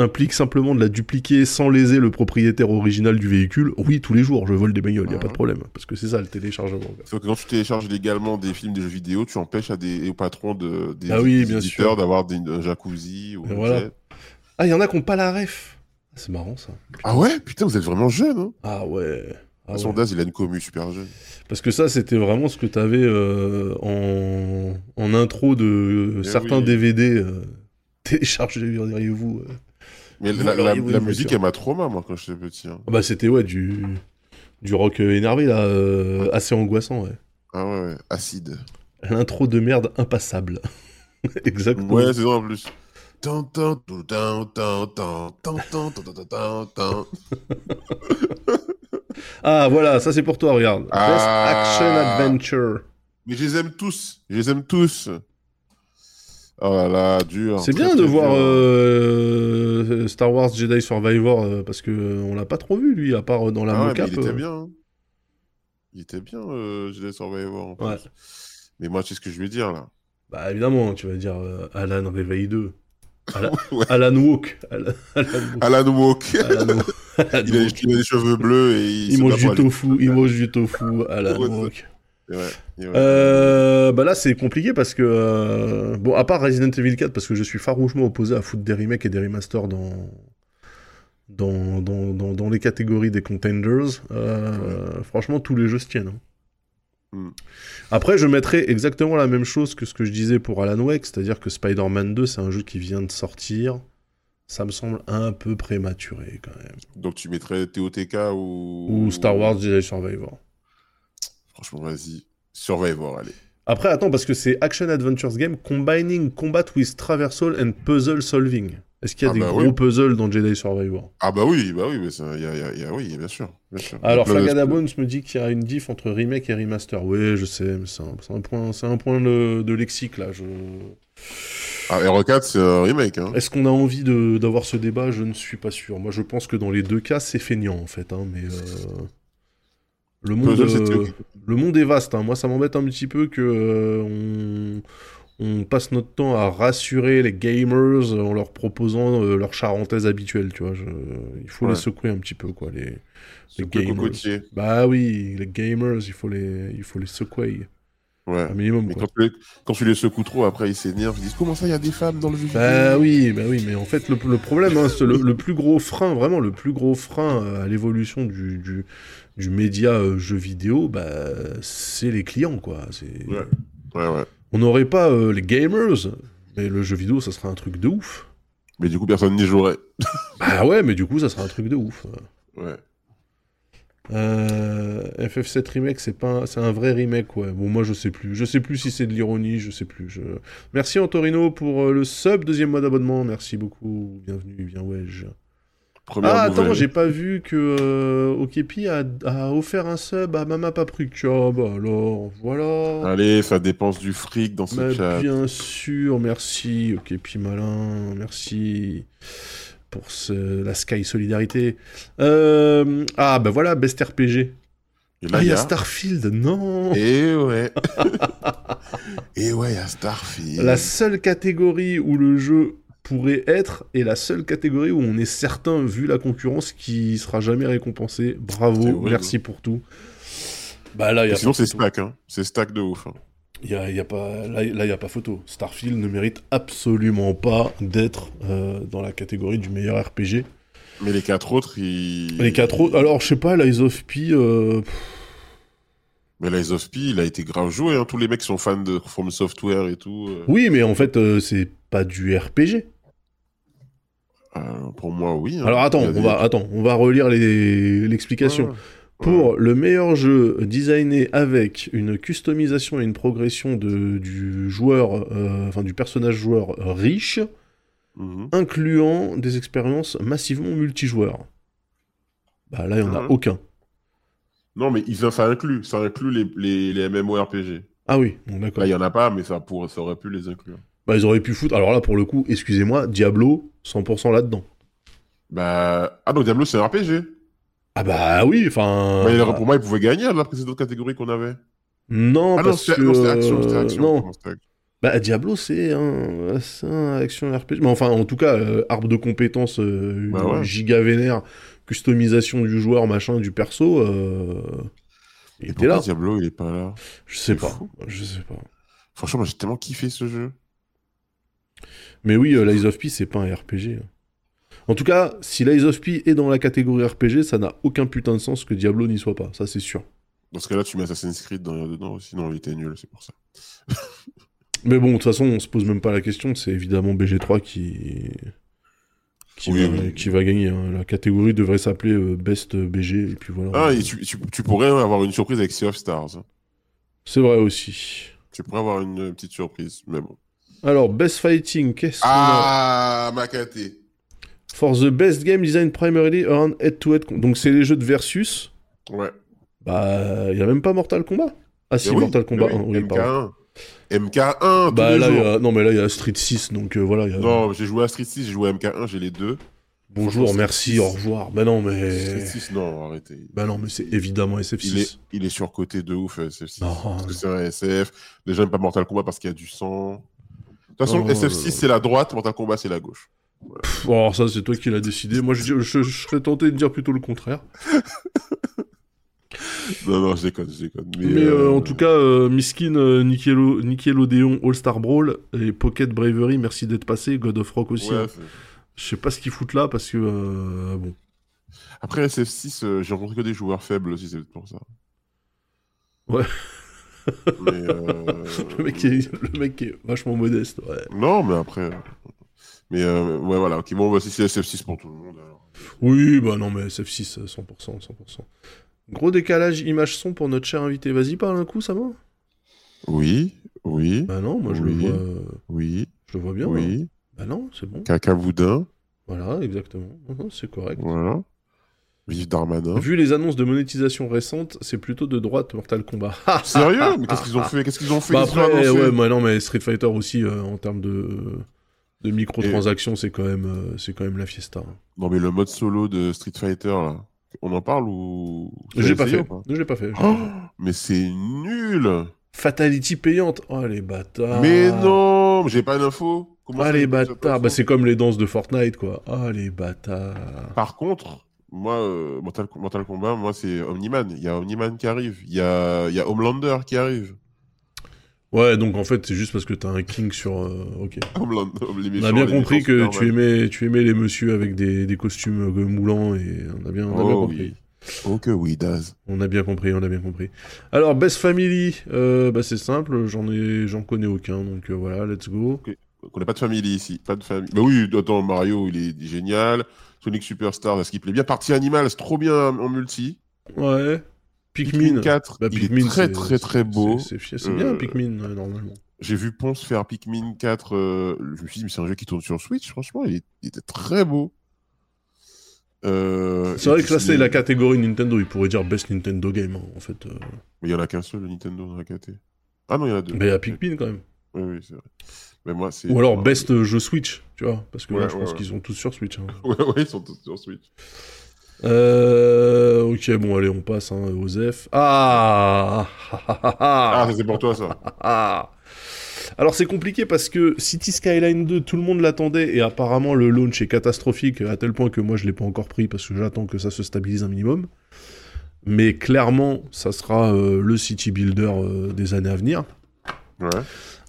Speaker 1: implique simplement de la dupliquer sans léser le propriétaire original du véhicule, oui, tous les jours, je vole des bagnoles, y a
Speaker 2: Ouais.
Speaker 1: pas de problème. Parce que c'est ça le téléchargement. quoi.
Speaker 2: Sauf que quand tu télécharges légalement des films, des jeux vidéo, tu empêches à des, aux patrons de, des,
Speaker 1: Ah oui,
Speaker 2: des
Speaker 1: bien
Speaker 2: éditeurs
Speaker 1: sûr.
Speaker 2: d'avoir des- un jacuzzi ou
Speaker 1: Et
Speaker 2: un
Speaker 1: voilà.
Speaker 2: jet.
Speaker 1: Ah, y en a qui ont pas la ref. C'est marrant ça.
Speaker 2: Ah ouais Putain, vous êtes vraiment jeune. Hein
Speaker 1: Ah ouais. Ah ouais.
Speaker 2: Son Daz, il a une commu super jeune.
Speaker 1: Parce que ça, c'était vraiment ce que t'avais avais en... en intro de
Speaker 2: Eh
Speaker 1: certains
Speaker 2: oui.
Speaker 1: DVD. euh, Téléchargez-vous. euh.
Speaker 2: Mais
Speaker 1: Vous
Speaker 2: la, la-
Speaker 1: l'auriez, oui,
Speaker 2: la
Speaker 1: bien
Speaker 2: musique,
Speaker 1: sûr.
Speaker 2: elle m'a trauma, moi, quand j'étais petit. hein.
Speaker 1: Ah Bah, c'était ouais, du... du rock euh, énervé, là. euh, assez angoissant, ouais.
Speaker 2: Ah ouais, ouais, acide.
Speaker 1: L'intro de merde impassable. Exactement.
Speaker 2: Ouais, c'est ça en plus. Tan, tan, tou, tan, tan, tan, tan, tan, tan, tan, tan, tan.
Speaker 1: Ah, voilà, ça c'est pour toi, regarde. Best
Speaker 2: Ah.
Speaker 1: Action Adventure.
Speaker 2: Mais je les aime tous. Je les aime tous. Oh là là, dur.
Speaker 1: C'est
Speaker 2: très,
Speaker 1: bien de
Speaker 2: très
Speaker 1: voir
Speaker 2: dur.
Speaker 1: euh, Star Wars Jedi Survivor, euh, parce que euh, on l'a pas trop vu, lui, à part euh, dans la
Speaker 2: Ah ouais, mais
Speaker 1: mocap.
Speaker 2: il était
Speaker 1: euh.
Speaker 2: bien. hein. Il était bien, euh, Jedi Survivor. En
Speaker 1: Ouais.
Speaker 2: plus. Mais moi, tu sais ce que je vais dire là.
Speaker 1: Bah évidemment, tu vas dire euh, Alan Réveil 2. Ala-
Speaker 2: Ouais.
Speaker 1: Alan Walk. Alan, Alan-
Speaker 2: Alan Walk.
Speaker 1: Alan- Alan
Speaker 2: Il a,
Speaker 1: Walk.
Speaker 2: il a des cheveux bleus et il,
Speaker 1: Il
Speaker 2: se
Speaker 1: mange
Speaker 2: bat
Speaker 1: du
Speaker 2: pour aller-
Speaker 1: tofu, il mange du tofu, Alan
Speaker 2: Ouais,
Speaker 1: Walk.
Speaker 2: Et ouais, et ouais.
Speaker 1: Euh, bah là, c'est compliqué parce que. euh, bon, à part Resident Evil 4, parce que je suis farouchement opposé à foutre des remakes et des remasters dans. Dans, dans, dans, dans les catégories des contenders, euh, franchement, tous les jeux se tiennent. hein.
Speaker 2: Mm.
Speaker 1: Après, je mettrais exactement la même chose que ce que je disais pour Alan Wake, c'est-à-dire que Spider-Man 2, c'est un jeu qui vient de sortir. Ça me semble un peu prématuré quand même.
Speaker 2: Donc tu mettrais TOTK ou...
Speaker 1: Ou Star Wars Jedi Survivor.
Speaker 2: Franchement, vas-y. Survivor, allez.
Speaker 1: Après, attends, parce que c'est Action Adventures Game Combining Combat with Traversal and Puzzle Solving. Est-ce qu'il y a
Speaker 2: Ah
Speaker 1: des
Speaker 2: bah
Speaker 1: gros
Speaker 2: oui.
Speaker 1: puzzles dans Jedi Survivor
Speaker 2: Ah bah oui, bah oui, mais ça, y a, y a- y a- oui, bien sûr. Bien sûr.
Speaker 1: Alors,
Speaker 2: Plein
Speaker 1: Flagada
Speaker 2: d'aspects.
Speaker 1: Bones me dit qu'il y a une diff entre remake et remaster. Oui, je sais, mais c'est un, c'est un point, c'est un point de, de lexique, là. Je...
Speaker 2: Ah, R4, c'est un remake, hein.
Speaker 1: Est-ce qu'on a envie de- d'avoir ce débat Je ne suis pas sûr. Moi, je pense que dans les deux cas, c'est feignant, en fait. hein, mais euh, le monde...
Speaker 2: Puzzle, c'était
Speaker 1: euh,
Speaker 2: ok.
Speaker 1: Le monde est vaste. hein. Moi, ça m'embête un petit peu que euh, on... on passe notre temps à rassurer les gamers en leur proposant euh, leur charentaise habituelle. Tu vois, Je- il faut
Speaker 2: Ouais.
Speaker 1: les secouer un petit peu, quoi. Les...
Speaker 2: C'est
Speaker 1: gamers.
Speaker 2: cocotier.
Speaker 1: Bah oui, les gamers, il faut les, il faut les secouer
Speaker 2: Ouais.
Speaker 1: un minimum,
Speaker 2: Mais
Speaker 1: quoi.
Speaker 2: quand tu, les, quand tu les secoues trop, après ils s'énervent, ils disent comment ça, il y a des femmes dans le jeu vidéo
Speaker 1: Bah oui, bah oui, mais en fait, le, le problème, hein, c'est le, le plus gros frein, vraiment le plus gros frein euh, à l'évolution du, du, du média euh, jeu vidéo, bah, c'est les clients, quoi. C'est...
Speaker 2: Ouais. Ouais, ouais.
Speaker 1: On n'aurait pas euh, les gamers, mais le jeu vidéo, ça serait un truc de ouf.
Speaker 2: Mais du coup, personne n'y jouerait.
Speaker 1: Bah ouais, mais du coup, ça serait un truc de ouf.
Speaker 2: Ouais.
Speaker 1: Euh, FF7 remake, c'est pas, un- c'est un vrai remake, ouais. Bon, moi, je sais plus. Je sais plus si c'est de l'ironie, je sais plus. Je... Merci Antorino pour euh, le sub deuxième mois d'abonnement. Merci beaucoup. Bienvenue, bien ouais. je-
Speaker 2: Première
Speaker 1: Ah
Speaker 2: nouvelle.
Speaker 1: attends, j'ai pas vu que euh, Okepi a, a offert un sub à Mama Paprika. Bah alors, voilà.
Speaker 2: Allez, ça dépense du fric dans ce
Speaker 1: Mais
Speaker 2: chat.
Speaker 1: bien sûr, merci. Ok, puis malin, merci pour ce- la Sky Solidarité. Euh, ah, bah voilà, Best RPG.
Speaker 2: Et
Speaker 1: Ah,
Speaker 2: là,
Speaker 1: il y a
Speaker 2: y a-
Speaker 1: Starfield, non
Speaker 2: Et ouais. Et ouais, il y a Starfield.
Speaker 1: La seule catégorie où le jeu pourrait être et la seule catégorie où on est certain, vu la concurrence, qui sera jamais récompensé.
Speaker 2: C'est
Speaker 1: Bravo,
Speaker 2: horrible.
Speaker 1: merci pour tout. Bah là, il y a
Speaker 2: Sinon,
Speaker 1: pas
Speaker 2: c'est
Speaker 1: photo.
Speaker 2: stack, hein. C'est stack de ouf. hein.
Speaker 1: Y a- y a pas, là, il n'y a pas photo. Starfield ne mérite absolument pas d'être euh, dans la catégorie du meilleur RPG.
Speaker 2: Mais les quatre autres, ils.
Speaker 1: Les quatre autres. Alors, je sais pas, Lies of P. euh, pff,
Speaker 2: Mais Lies of P, il a été grave joué. Hein. Tous les mecs sont fans de From Software et tout. euh.
Speaker 1: Oui, mais en fait, euh, c'est pas du RPG.
Speaker 2: Euh, pour moi, oui. hein.
Speaker 1: Alors, attends,
Speaker 2: Il y a
Speaker 1: on
Speaker 2: des- hein.
Speaker 1: va, attends, on va relire les- l'explication.
Speaker 2: Ouais.
Speaker 1: Pour le meilleur jeu designé avec une customisation et une progression de, du joueur, euh, enfin du personnage joueur riche,
Speaker 2: Mhm.
Speaker 1: incluant des expériences massivement multijoueurs. Bah là, il n'y en a
Speaker 2: Ah ouais.
Speaker 1: aucun.
Speaker 2: Non, mais ils- ça inclut. Ça inclut les, les, les MMORPG.
Speaker 1: Ah oui, bon, d'accord.
Speaker 2: Là, il n'y en a pas, mais ça, pour... ça aurait pu les inclure.
Speaker 1: Bah, ils auraient pu foutre. Alors là, pour le coup, excusez-moi, Diablo, 100% là-dedans.
Speaker 2: Bah. Ah non, Diablo, c'est un RPG.
Speaker 1: Ah bah oui, enfin.
Speaker 2: Ouais, alors, pour moi, ils pouvaient gagner à la précédente catégorie qu'on avait.
Speaker 1: Non,
Speaker 2: Ah non,
Speaker 1: parce
Speaker 2: c'était
Speaker 1: que.
Speaker 2: non, c'était action. c'était action.
Speaker 1: non.
Speaker 2: Non, c'était action.
Speaker 1: Bah, Diablo, c'est un, c'est un action RPG. Mais enfin, en tout cas, euh, arbre de compétences euh,
Speaker 2: Bah ouais.
Speaker 1: giga vénère, customisation du joueur, machin, du perso. euh, Il
Speaker 2: Et
Speaker 1: était
Speaker 2: pourquoi
Speaker 1: là.
Speaker 2: Diablo, il est pas là
Speaker 1: Je sais
Speaker 2: c'est
Speaker 1: pas.
Speaker 2: fou.
Speaker 1: Je sais pas.
Speaker 2: Franchement, moi, j'ai tellement kiffé ce jeu.
Speaker 1: Mais oui, euh, Lies of P, c'est pas un RPG. En tout cas, si Lies of P est dans la catégorie RPG, ça n'a aucun putain de sens que Diablo n'y soit pas. Ça, c'est sûr.
Speaker 2: Dans ce cas-là, tu mets Assassin's Creed dans- dedans aussi. Non, il était nul, c'est pour ça.
Speaker 1: Mais bon, de toute façon, on se pose même pas la question. C'est évidemment BG3 qui. Qui,
Speaker 2: Oui,
Speaker 1: va,
Speaker 2: oui.
Speaker 1: qui va gagner. hein. La catégorie devrait s'appeler euh, Best BG, et puis voilà.
Speaker 2: Ah, et tu, tu- tu pourrais avoir une surprise avec Sea of Stars. hein.
Speaker 1: C'est vrai aussi.
Speaker 2: Tu pourrais avoir une euh, petite surprise, mais bon.
Speaker 1: Alors, Best Fighting, qu'est-ce qu'on a
Speaker 2: Ah, Makaté.
Speaker 1: For the best game design primarily earned head-to-head. com- Donc, c'est les jeux de versus.
Speaker 2: Ouais.
Speaker 1: Bah, il n'y a même pas Mortal Kombat. Ah si,
Speaker 2: Mais Eh oui,
Speaker 1: Mortal Kombat
Speaker 2: mais
Speaker 1: 1, oui, pardon.
Speaker 2: MK1. MK1, tous
Speaker 1: Bah
Speaker 2: les
Speaker 1: là, il y
Speaker 2: jours.
Speaker 1: a... non mais là il y a Street 6, donc euh, voilà. il y a-
Speaker 2: Non, j'ai joué à Street 6, j'ai joué à MK1, j'ai les deux.
Speaker 1: Bonjour,
Speaker 2: Street
Speaker 1: merci,
Speaker 2: 6.
Speaker 1: au revoir. Bah non mais,
Speaker 2: Street 6, non, arrêtez.
Speaker 1: bah non mais c'est évidemment SF6.
Speaker 2: Il est, il est surcoté de ouf, euh, SF6.
Speaker 1: Non,
Speaker 2: parce que
Speaker 1: ouais.
Speaker 2: c'est un SF. Les gens n'aiment pas Mortal Kombat parce qu'il y a du sang. De toute façon,
Speaker 1: Oh,
Speaker 2: SF6,
Speaker 1: euh.
Speaker 2: c'est la droite, Mortal Kombat, c'est la gauche.
Speaker 1: Pff, alors ça c'est toi qui l'as décidé. Moi je, je- je serais tenté de dire plutôt le contraire.
Speaker 2: Non, non, je déconne, je déconne. Mais,
Speaker 1: Mais euh,
Speaker 2: euh,
Speaker 1: en tout cas, euh, Miskin, euh, Nickelodeon, Nickelodeon, All Star Brawl et Pocket Bravery, merci d'être passé. God of Rock aussi.
Speaker 2: ouais,
Speaker 1: hein.
Speaker 2: c'est-
Speaker 1: Je sais pas ce qu'ils foutent là parce que euh, bon.
Speaker 2: Après SF6, euh, j'ai rencontré que des joueurs faibles aussi, c'est peut-être pour ça.
Speaker 1: Ouais.
Speaker 2: mais euh,
Speaker 1: Le mec, est, le mec est vachement modeste. Ouais.
Speaker 2: Non, mais après. euh, Mais euh, ouais, voilà. Ok, bon, bah, si c'est SF6 pour tout le monde. Alors.
Speaker 1: Oui, bah non, mais SF6, euh, 100%, 100%. Gros décalage image-son pour notre cher invité. Vas-y, parle un coup, ça va
Speaker 2: Oui, oui,
Speaker 1: Bah non, moi je le
Speaker 2: Oui.
Speaker 1: vois, euh,
Speaker 2: oui,
Speaker 1: je le vois bien. moi.
Speaker 2: oui.
Speaker 1: Bah non, c'est bon.
Speaker 2: Caca Boudin,
Speaker 1: Voilà, exactement. Non, non, C'est correct.
Speaker 2: voilà. Vive Darmanin.
Speaker 1: Vu les annonces de monétisation récentes, c'est plutôt de droite Mortal Kombat.
Speaker 2: Sérieux Mais qu'est-ce qu'ils ont fait Qu'est-ce qu'ils ont fait
Speaker 1: ah, Bah
Speaker 2: Qu'est-ce qu'ils ont
Speaker 1: après,
Speaker 2: annoncé
Speaker 1: ouais, mais non, mais Street Fighter aussi, euh, en termes de, de microtransactions, c'est quand même, euh, c'est quand même la fiesta. hein.
Speaker 2: Non, mais le mode solo de Street Fighter, là. On en parle ou. Vous
Speaker 1: J'ai
Speaker 2: avez
Speaker 1: pas
Speaker 2: essayé
Speaker 1: fait.
Speaker 2: ou pas
Speaker 1: J'ai pas fait. j'ai pas
Speaker 2: Oh,
Speaker 1: fait.
Speaker 2: mais c'est nul
Speaker 1: Fatality payante. Oh les bâtards.
Speaker 2: Mais non mais J'ai pas d'info Comment
Speaker 1: Ah
Speaker 2: ça,
Speaker 1: les
Speaker 2: j'ai pas ça,
Speaker 1: bâtards. Bah
Speaker 2: personne
Speaker 1: c'est comme les danses de Fortnite quoi. Ah les bâtards.
Speaker 2: Par contre, moi, euh, Mortal, Mortal Kombat, moi, c'est Omniman. Il y a Omniman qui arrive. Il y a, il y a Homelander qui arrive.
Speaker 1: Ouais donc en fait c'est juste parce que t'as un king sur. euh, Ok.
Speaker 2: Homelander, les
Speaker 1: On a
Speaker 2: méchants,
Speaker 1: bien
Speaker 2: les
Speaker 1: compris
Speaker 2: méchants
Speaker 1: que
Speaker 2: Superman.
Speaker 1: tu aimais, tu aimais les messieurs avec des, des costumes euh, moulants et on a bien, on a bien
Speaker 2: Oh,
Speaker 1: compris.
Speaker 2: oui. Oh que oui, Daz.
Speaker 1: On a bien compris, on a bien compris. Alors, Best Family, euh, bah, c'est simple, j'en ai, j'en connais aucun, donc euh, voilà, let's go.
Speaker 2: On n'a pas de famille ici. Pas de famille. Bah oui, attends, Mario, il est génial. Sonic Superstar, parce qu'il plaît bien. Partie Animal, c'est trop bien en multi.
Speaker 1: Ouais. Pikmin.
Speaker 2: 4,
Speaker 1: Bah,
Speaker 2: il
Speaker 1: Pikmin,
Speaker 2: est très
Speaker 1: c'est-
Speaker 2: très très beau.
Speaker 1: C'est, c'est- c'est bien
Speaker 2: Euh,
Speaker 1: Pikmin, euh, normalement.
Speaker 2: J'ai vu Ponce faire Pikmin 4. euh, je me suis dit, mais c'est un jeu qui tourne sur Switch, franchement, il, est- il était très beau. Euh,
Speaker 1: C'est
Speaker 2: et
Speaker 1: vrai
Speaker 2: puis
Speaker 1: que ça,
Speaker 2: sinon-
Speaker 1: c'est la catégorie Nintendo, il pourrait dire Best Nintendo Game, hein, en fait. euh.
Speaker 2: Mais il n'y en a qu'un seul, le Nintendo dans la KT. Ah non, il y en a deux.
Speaker 1: Mais il y a Pikmin, quand même.
Speaker 2: Oui, oui, c'est vrai. Mais moi, c'est.
Speaker 1: Ou alors
Speaker 2: Ah,
Speaker 1: Best euh, Jeu Switch, tu vois, parce que là,
Speaker 2: Ouais,
Speaker 1: je
Speaker 2: ouais,
Speaker 1: pense
Speaker 2: ouais.
Speaker 1: qu'ils sont tous sur Switch. hein.
Speaker 2: Ouais, ouais, ils sont tous sur Switch.
Speaker 1: Euh, ok, bon, allez, on passe, hein, Osef. Ah Ah, ah, ah, ah.
Speaker 2: Ah, ça, c'est pour toi, ça.
Speaker 1: Ah. Alors c'est compliqué parce que City Skyline 2, tout le monde l'attendait et apparemment le launch est catastrophique à tel point que moi je l'ai pas encore pris parce que j'attends que ça se stabilise un minimum. Mais clairement, ça sera euh, le city builder euh, des années à venir.
Speaker 2: Ouais.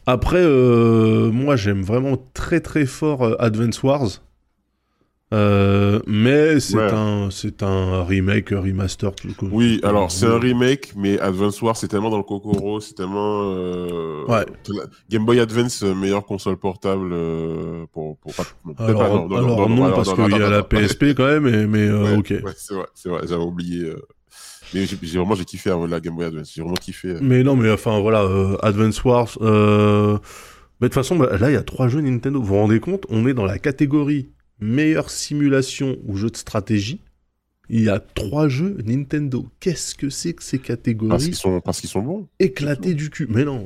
Speaker 1: Après, euh, moi j'aime vraiment très très fort euh, Advance Wars. Euh, mais c'est
Speaker 2: Ouais.
Speaker 1: un c'est un remake, remaster. tout-
Speaker 2: Oui, alors, c'est un
Speaker 1: Ouais.
Speaker 2: remake, mais Advance Wars, c'est tellement dans le Kokoro, c'est tellement. euh,
Speaker 1: Ouais.
Speaker 2: que la- Game Boy Advance, euh, meilleure console portable euh, pour. pour pas- non, peut-être
Speaker 1: Alors,
Speaker 2: pas, Euh, bah non, non,
Speaker 1: alors
Speaker 2: non, non,
Speaker 1: non,
Speaker 2: alors,
Speaker 1: parce
Speaker 2: non,
Speaker 1: qu'il y
Speaker 2: attends,
Speaker 1: a la
Speaker 2: attends.
Speaker 1: PSP quand même, mais, mais, euh,
Speaker 2: Ouais,
Speaker 1: ok.
Speaker 2: ouais, c'est vrai, c'est vrai, j'avais oublié. euh. Mais j'ai j'ai vraiment, j'ai kiffé euh, la Game Boy Advance, j'ai vraiment kiffé. euh.
Speaker 1: Mais non, mais enfin voilà, euh, Advance Wars. euh, Mais de toute façon, bah, là, il y a trois jeux Nintendo. Vous vous rendez compte On est dans la catégorie meilleure simulation ou jeu de stratégie. Il y a trois jeux Nintendo. Qu'est-ce que c'est que ces
Speaker 2: Parce
Speaker 1: catégories
Speaker 2: qu'ils sont, parce qu'ils sont bons.
Speaker 1: éclatées du cul Mais non.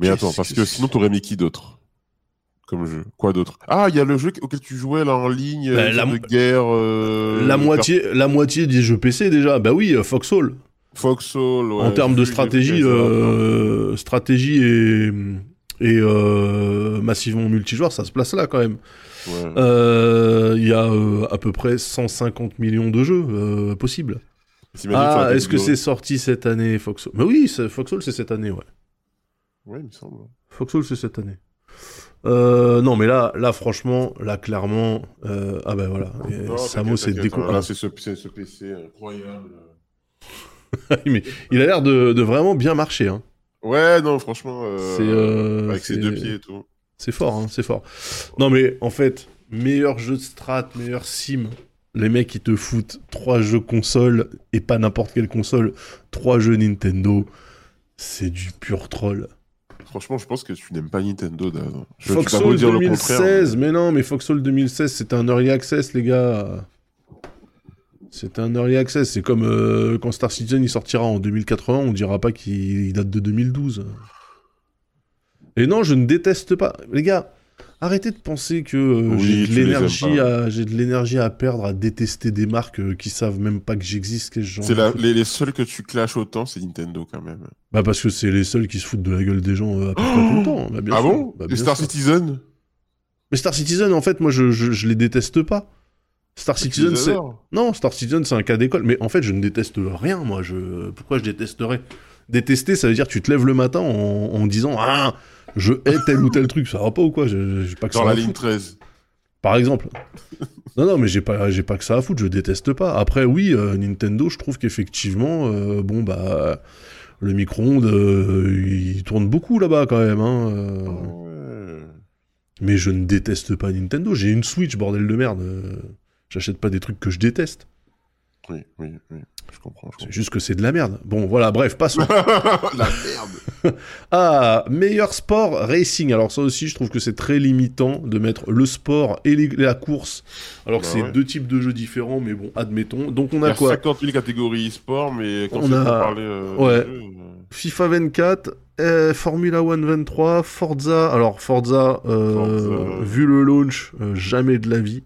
Speaker 2: Mais
Speaker 1: Qu'est-ce
Speaker 2: attends, parce
Speaker 1: que
Speaker 2: que
Speaker 1: c'est
Speaker 2: sinon, t'aurais mis qui d'autre comme jeu Quoi d'autre Ah, il y a le jeu auquel tu jouais là en ligne,
Speaker 1: Bah,
Speaker 2: euh,
Speaker 1: la
Speaker 2: jeu
Speaker 1: mo-
Speaker 2: de guerre. euh,
Speaker 1: la
Speaker 2: per-
Speaker 1: moitié, la moitié des jeux PC déjà. Bah oui, euh, Foxhole.
Speaker 2: Foxhole. ouais,
Speaker 1: en termes
Speaker 2: j'ai
Speaker 1: de
Speaker 2: vu, j'ai vu
Speaker 1: stratégie,
Speaker 2: les erreurs,
Speaker 1: euh, stratégie et et euh, massivement multijoueur, ça se place là quand même.
Speaker 2: non, ouais.
Speaker 1: Euh, Il y a euh, à peu près 150 millions de jeux euh, possibles.
Speaker 2: T'imagines sur la
Speaker 1: Ah,
Speaker 2: tête
Speaker 1: est-ce que
Speaker 2: de-
Speaker 1: c'est sorti cette année, Foxhole Mais oui, c'est- Foxhole, c'est cette année, ouais.
Speaker 2: Ouais, il me semble.
Speaker 1: Foxhole, c'est cette année. Euh, non, mais là, là, franchement, là, clairement, euh, ah ben voilà, Et Samo,
Speaker 2: Non, t'inquiète,
Speaker 1: c'est Ah,
Speaker 2: t'inquiète,
Speaker 1: déco-
Speaker 2: hein, Là, c'est ce, c'est ce PC incroyable. euh.
Speaker 1: Ah, mais il a l'air de, de vraiment bien marcher, hein.
Speaker 2: Ouais, non, franchement. euh,
Speaker 1: C'est, euh,
Speaker 2: avec ses
Speaker 1: c'est-
Speaker 2: deux pieds et tout.
Speaker 1: C'est fort, hein, c'est fort. Non, mais en fait, meilleur jeu de strat, meilleur sim. Les mecs, ils te foutent trois jeux console et pas n'importe quelle console, trois jeux Nintendo. C'est du pur troll.
Speaker 2: Franchement, je pense que tu n'aimes pas Nintendo, Daz. Je- tu vas me
Speaker 1: Foxhole
Speaker 2: dire le contraire,
Speaker 1: 2016, mais non, mais Foxhole 2016, c'était un early access, les gars. C'était un early access. C'est comme euh, quand Star Citizen il sortira en 2080, on dira pas qu'il il date de 2012. Et non, je ne déteste pas. Les gars, arrêtez de penser que euh,
Speaker 2: Oui,
Speaker 1: j'ai
Speaker 2: tu
Speaker 1: de
Speaker 2: les aimes
Speaker 1: l'énergie
Speaker 2: pas.
Speaker 1: à j'ai de l'énergie à perdre à détester des marques euh, qui savent même pas que j'existe. qu'est-ce que j'en
Speaker 2: C'est la-
Speaker 1: fous.
Speaker 2: les, les seuls que tu clashes autant, c'est Nintendo quand même.
Speaker 1: Bah parce que c'est les seuls qui se foutent de la gueule des gens euh, à peu près tout le temps. Bah, bien
Speaker 2: ah
Speaker 1: sûr.
Speaker 2: bon
Speaker 1: Bah,
Speaker 2: Les
Speaker 1: bien
Speaker 2: Star
Speaker 1: sûr.
Speaker 2: Citizen
Speaker 1: Mais Star Citizen, en fait, moi, je, je, je les déteste pas. Star Citizen, c'est. Non, Star Citizen, c'est un cas d'école. Mais en fait, je ne déteste rien, moi. Je... Pourquoi je détesterais Détester, ça veut dire que tu te lèves le matin en, en disant Ah, je hais tel ou tel truc. Ça va pas ou quoi je... je- j'ai pas que
Speaker 2: Dans
Speaker 1: ça à
Speaker 2: la ligne
Speaker 1: foutre.
Speaker 2: 13.
Speaker 1: Par exemple. non, non, mais j'ai pas, j'ai pas que ça à foutre. Je déteste pas. Après, oui, euh, Nintendo, je trouve qu'effectivement, euh, bon, bah. Le micro-ondes, euh, il tourne beaucoup là-bas quand même. Hein, euh.
Speaker 2: Ouais.
Speaker 1: Mais je ne déteste pas Nintendo. J'ai une Switch, bordel de merde. euh, J'achète pas des trucs que je déteste.
Speaker 2: Oui, oui, oui. Je comprends. je
Speaker 1: C'est juste que c'est de la merde. Bon, voilà, bref, passons.
Speaker 2: comprends. la merde.
Speaker 1: ah, meilleur sport racing. Alors ça aussi, je trouve que c'est très limitant de mettre le sport et les- la course, alors que
Speaker 2: Bah
Speaker 1: c'est
Speaker 2: ouais.
Speaker 1: deux types de jeux différents, mais bon, admettons. Donc on
Speaker 2: Il y
Speaker 1: a
Speaker 2: a
Speaker 1: quoi
Speaker 2: 50 000 catégories e-sport, mais quand
Speaker 1: On
Speaker 2: on a
Speaker 1: a-
Speaker 2: parler. euh,
Speaker 1: Ouais.
Speaker 2: des jeux, euh,
Speaker 1: FIFA 24, euh, Formula 1 23, Forza. Alors Forza, euh,
Speaker 2: Forza.
Speaker 1: vu le launch, euh, jamais de la vie.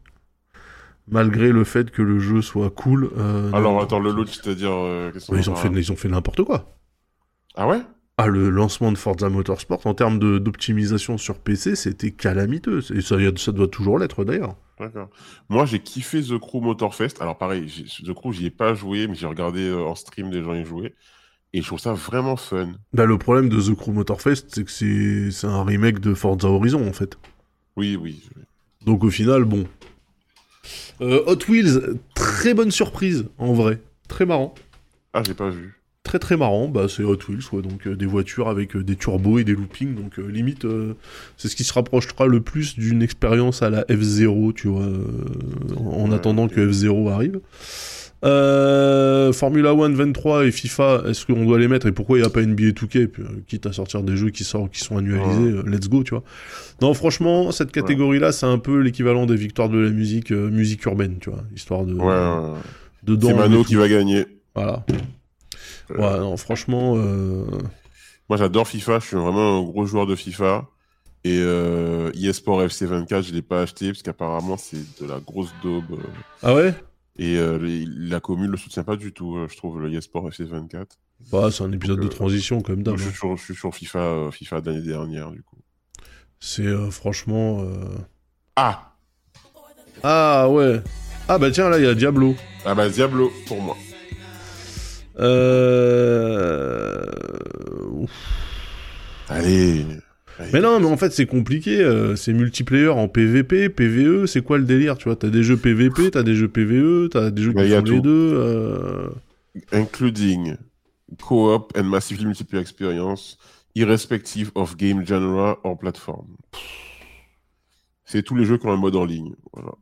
Speaker 1: Malgré le fait que le jeu soit cool. euh,
Speaker 2: Alors
Speaker 1: non.
Speaker 2: Ah, attends, le launch, c'est-à-dire. euh, qu'est-ce qu'on
Speaker 1: Ils ont
Speaker 2: va-
Speaker 1: fait, ils ont fait n'importe quoi.
Speaker 2: Ah ouais
Speaker 1: Ah, le lancement de Forza Motorsport, en termes de- d'optimisation sur PC, c'était calamiteux. Et ça, ça doit toujours l'être d'ailleurs.
Speaker 2: D'accord. Moi, j'ai kiffé The Crew Motorfest. Alors pareil, j'ai- The Crew, j'y ai pas joué, mais j'ai regardé euh, en stream des gens y jouer. Et je trouve ça vraiment fun.
Speaker 1: Bah, le problème de The Crew Motorfest, c'est que c'est- c'est un remake de Forza Horizon en fait.
Speaker 2: Oui, oui.
Speaker 1: Donc au final, bon. Euh, Hot Wheels, très bonne surprise en vrai. Très marrant.
Speaker 2: Ah, j'ai pas vu.
Speaker 1: Très très marrant, bah, c'est Hot Wheels, quoi. donc euh, des voitures avec euh, des turbos et des loopings, donc euh, limite euh, c'est ce qui se rapprochera le plus d'une expérience à la F0, tu vois, euh, en, en
Speaker 2: Ouais,
Speaker 1: attendant
Speaker 2: ok.
Speaker 1: que F0 arrive. Euh, Formula 1, 23 et FIFA, est-ce qu'on doit les mettre et pourquoi il n'y a pas NBA 2K Puis, euh, Quitte à sortir des jeux qui, sortent, qui sont annualisés, euh, let's go, tu vois. Non, franchement, cette catégorie-là, c'est un peu l'équivalent des victoires de la musique, euh, musique urbaine, tu vois, histoire de...
Speaker 2: Ouais, ouais, ouais.
Speaker 1: dedans,
Speaker 2: C'est
Speaker 1: on
Speaker 2: Mano
Speaker 1: met
Speaker 2: qui
Speaker 1: tout.
Speaker 2: va gagner.
Speaker 1: Voilà.
Speaker 2: Euh,
Speaker 1: Ouais, non, franchement... euh,
Speaker 2: Moi, j'adore FIFA. Je suis vraiment un gros joueur de FIFA. Et euh, eSport FC24, je l'ai pas acheté parce qu'apparemment, c'est de la grosse daube. euh,
Speaker 1: Ah ouais
Speaker 2: Et euh, les- la commune le soutient pas du tout, euh, je trouve, le eSport FC24.
Speaker 1: Bah, c'est un épisode
Speaker 2: Donc,
Speaker 1: de
Speaker 2: euh,
Speaker 1: transition, comme d'hab.
Speaker 2: je,
Speaker 1: hein.
Speaker 2: suis sur, je suis sur FIFA, euh, FIFA de l'année dernière, du coup.
Speaker 1: C'est euh, franchement. euh,
Speaker 2: Ah
Speaker 1: Ah ouais Ah bah tiens, là, il y a Diablo.
Speaker 2: Ah bah Diablo, pour moi.
Speaker 1: Euh... ouf.
Speaker 2: Allez
Speaker 1: Mais non, mais en fait, c'est compliqué. euh, C'est multiplayer en PVP, PVE. E, C'est quoi le délire, tu vois T'as des jeux PVP, t'as des jeux PVE, t'as des jeux
Speaker 2: Mais
Speaker 1: qui
Speaker 2: Bah, y a
Speaker 1: font les
Speaker 2: tout.
Speaker 1: deux. euh,
Speaker 2: Including co-op and massively multiplayer experience, irrespective of game genre or platform. C'est tous les jeux qui ont un mode en ligne. Voilà.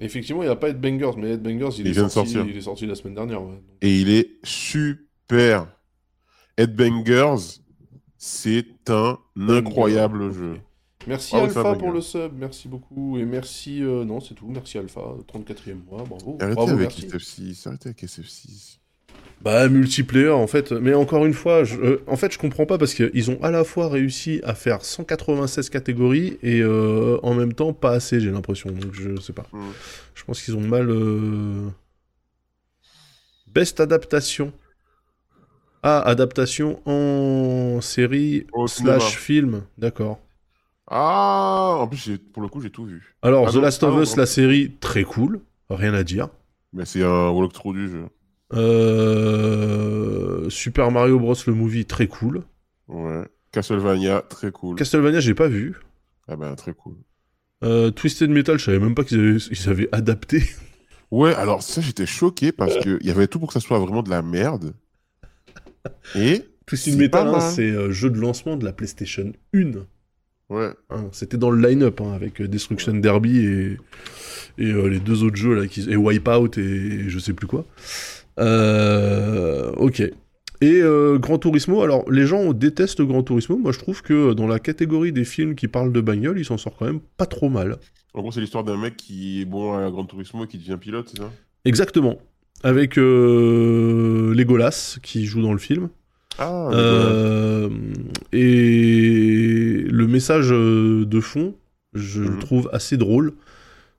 Speaker 1: Effectivement, il n'y a pas Headbangers, mais Headbangers, il,
Speaker 2: Il
Speaker 1: est
Speaker 2: vient de
Speaker 1: sorti,
Speaker 2: sortir.
Speaker 1: il est sorti la semaine dernière. ouais.
Speaker 2: Et il est super. Headbangers, c'est un incroyable jeu.
Speaker 1: Merci
Speaker 2: Bravo,
Speaker 1: Alpha
Speaker 2: Fabregas.
Speaker 1: pour le sub, merci beaucoup. Et merci. euh, non, c'est tout, merci Alpha, 34 e mois, bravo.
Speaker 2: Arrêtez
Speaker 1: bravo,
Speaker 2: avec
Speaker 1: merci.
Speaker 2: SF6, arrêtez avec SF6.
Speaker 1: Bah, multiplayer en fait. Mais encore une fois, je, euh, en fait, je comprends pas parce qu'ils ont à la fois réussi à faire 196 catégories et euh, en même temps pas assez, j'ai l'impression. Donc, je sais pas.
Speaker 2: Mm.
Speaker 1: Je pense qu'ils ont mal. euh, Best adaptation. Ah, adaptation en série
Speaker 2: Au cinéma.
Speaker 1: slash film. D'accord.
Speaker 2: Ah, en plus, j'ai- pour le coup, j'ai tout vu.
Speaker 1: Alors,
Speaker 2: Ah
Speaker 1: The
Speaker 2: non,
Speaker 1: Last of
Speaker 2: ah non,
Speaker 1: Us,
Speaker 2: non.
Speaker 1: la série, très cool. Rien à dire.
Speaker 2: Mais c'est un walkthrough du jeu.
Speaker 1: Euh, Super Mario Bros. le movie, très cool.
Speaker 2: Ouais. Castlevania, très cool.
Speaker 1: Castlevania, j'ai pas vu.
Speaker 2: Ah ben, très cool.
Speaker 1: Euh, Twisted Metal, je savais même pas qu'ils avaient, ils avaient adapté.
Speaker 2: Ouais, alors ça, j'étais choqué parce qu'il y avait tout pour que ça soit vraiment de la merde. Et.
Speaker 1: Twisted
Speaker 2: C'est
Speaker 1: Metal,
Speaker 2: pas
Speaker 1: hein,
Speaker 2: mal.
Speaker 1: c'est euh, jeu de lancement de la PlayStation 1.
Speaker 2: Ouais.
Speaker 1: hein. C'était dans le line-up hein, avec euh, Destruction Derby et, et, euh, les deux autres jeux, là, qui, et Wipeout et, et je sais plus quoi. Euh, ok. Et euh, Gran Turismo, alors les gens détestent Gran Turismo, moi je trouve que euh, dans la catégorie des films qui parlent de bagnole, il s'en sort quand même pas trop mal.
Speaker 2: En gros, c'est l'histoire d'un mec qui est bon à la Gran Turismo et qui devient pilote, c'est ça
Speaker 1: Exactement. Avec euh, Legolas qui joue dans le film.
Speaker 2: Ah,
Speaker 1: Euh, et le message euh, de fond, je le
Speaker 2: Mhm.
Speaker 1: trouve assez drôle.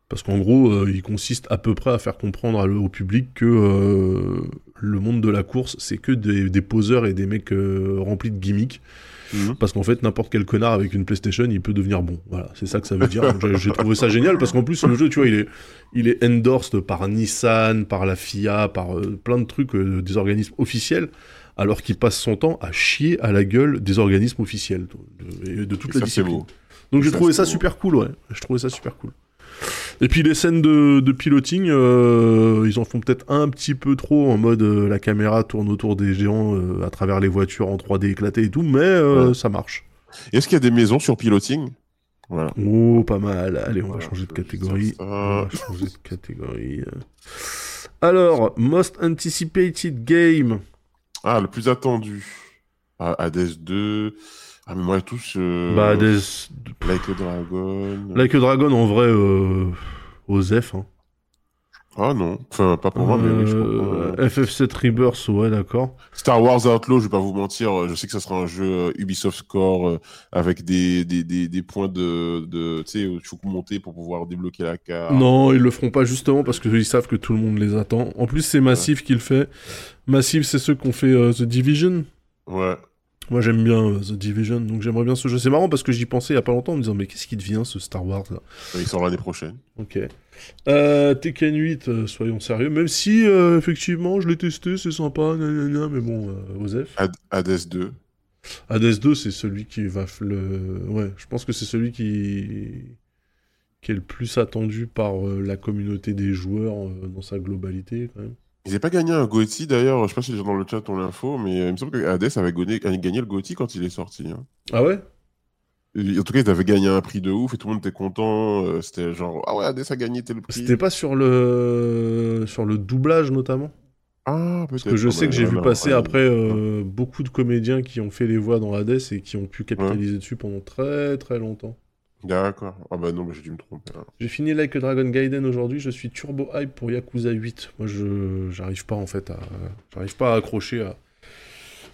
Speaker 1: Parce qu'en gros, euh, il consiste à peu près à faire comprendre à le- au public que euh, le monde de la course, c'est que des, des poseurs et des mecs euh, remplis de gimmicks.
Speaker 2: Mhm.
Speaker 1: Parce qu'en fait, n'importe quel connard avec une PlayStation, il peut devenir bon. Voilà, c'est ça que ça veut dire. Donc, j'ai- J'ai trouvé ça génial parce qu'en plus, le jeu, tu vois, il est, il est endorsed par Nissan, par la FIA, par euh, plein de trucs, euh, des organismes officiels, alors qu'il passe son temps à chier à la gueule des organismes officiels de, de- de toute la
Speaker 2: Et ça, c'est
Speaker 1: discipline.
Speaker 2: beau.
Speaker 1: Donc j'ai
Speaker 2: Ça,
Speaker 1: trouvé
Speaker 2: c'est
Speaker 1: ça
Speaker 2: beau.
Speaker 1: super cool, ouais. Je trouvais ça super cool. Et puis les scènes de, de piloting, euh, ils en font peut-être un petit peu trop en mode euh, la caméra tourne autour des géants euh, à travers les voitures en 3D éclatées et tout, mais euh,
Speaker 2: Ouais.
Speaker 1: ça marche.
Speaker 2: Est-ce qu'il y a des maisons sur piloting Voilà.
Speaker 1: Oh, pas mal. Allez, on va
Speaker 2: Voilà,
Speaker 1: changer de
Speaker 2: je vais juste
Speaker 1: catégorie.
Speaker 2: dire ça.
Speaker 1: On va changer de catégorie. Alors, Most Anticipated Game.
Speaker 2: Ah, le plus attendu. Ah, Hades 2. Ah, mais moi, tous. euh,
Speaker 1: Bah, des-
Speaker 2: Like a Dragon.
Speaker 1: Like a Dragon, en vrai, euh... Osef. Hein.
Speaker 2: Ah non. Enfin, pas pour moi, mais oui, je comprends.
Speaker 1: Euh, FF7 Rebirth, ouais, d'accord.
Speaker 2: Star Wars Outlaw, je vais pas vous mentir, euh, je sais que ça sera un jeu euh, Ubisoft Score euh, avec des, des, des, des points de, de tu sais, où il faut monter pour pouvoir débloquer la carte.
Speaker 1: Non, ils le feront pas justement parce qu'ils savent que tout le monde les attend. En plus, c'est Massive qui le fait. Massive, c'est ceux qui ont fait euh, The Division.
Speaker 2: Ouais.
Speaker 1: Moi, j'aime bien euh, The Division, donc j'aimerais bien ce jeu. C'est marrant parce que j'y pensais il y a pas longtemps en me disant mais qu'est-ce qui devient ce Star Wars là
Speaker 2: Il sort l'année prochaine.
Speaker 1: Ok. Euh, Tekken 8, euh, soyons sérieux. Même si euh, effectivement, je l'ai testé, c'est sympa, nanana, mais bon, euh, Osef.
Speaker 2: Had- Hades 2.
Speaker 1: Hades 2, c'est celui qui va f- le. Ouais, je pense que c'est celui qui... qui est le plus attendu par euh, la communauté des joueurs euh, dans sa globalité quand même.
Speaker 2: Ils n'avaient pas gagné un GOTY d'ailleurs, je sais pas si les gens dans le chat ont l'info, mais euh, il me semble que Hades avait gagné, avait gagné le GOTY quand il est sorti. hein.
Speaker 1: Ah ouais
Speaker 2: Et- En tout cas, ils avaient gagné un prix de ouf et tout le monde était content. euh, C'était genre, ah ouais, Hades a gagné tel prix.
Speaker 1: C'était pas sur le sur le doublage notamment
Speaker 2: Ah,
Speaker 1: Parce que je sais que j'ai vu passer
Speaker 2: après.
Speaker 1: après euh, beaucoup de comédiens qui ont fait les voix dans Hades et qui ont pu capitaliser dessus pendant très très longtemps.
Speaker 2: D'accord. Ah bah non, mais j'ai dû me tromper. alors.
Speaker 1: J'ai fini Like a Dragon Gaiden aujourd'hui, je suis turbo hype pour Yakuza 8. Moi je j'arrive pas en fait à j'arrive pas à accrocher à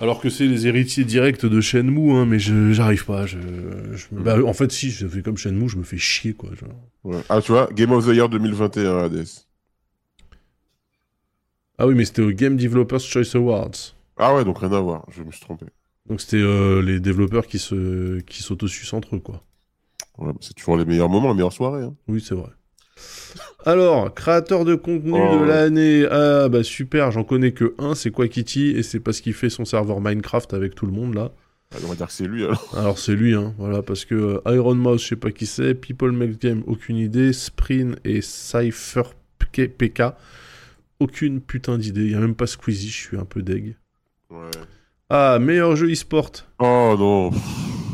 Speaker 1: alors que c'est les héritiers directs de Shenmue, hein, mais je j'arrive pas. Je, je me-
Speaker 2: Mm.
Speaker 1: bah, en fait, si je fais comme Shenmue, je me fais chier quoi. genre.
Speaker 2: Ouais. Ah, tu vois, Game of the Year 2021, Hades.
Speaker 1: Ah oui, mais c'était au Game Developers Choice Awards.
Speaker 2: Ah ouais, donc rien à voir, je me suis trompé.
Speaker 1: Donc c'était euh, les développeurs qui se qui s'autosucent entre eux quoi.
Speaker 2: Ouais, mais c'est toujours les meilleurs moments, les meilleures soirées. hein.
Speaker 1: Oui, c'est vrai. Alors, créateur de contenu
Speaker 2: Oh.
Speaker 1: de l'année. Ah bah super, j'en connais que un, c'est quoi Kitty et c'est parce qu'il fait son serveur Minecraft avec tout le monde là.
Speaker 2: Ah, on va dire que c'est lui alors.
Speaker 1: Alors c'est lui hein, voilà parce que euh, Iron Mouse, je sais pas qui c'est, People Make Game, aucune idée, Spring et Cypher P- PK, aucune putain d'idée, il y a même pas Squeezie, je suis un peu deg.
Speaker 2: Ouais.
Speaker 1: Ah, meilleur jeu e-sport.
Speaker 2: Oh non, pff,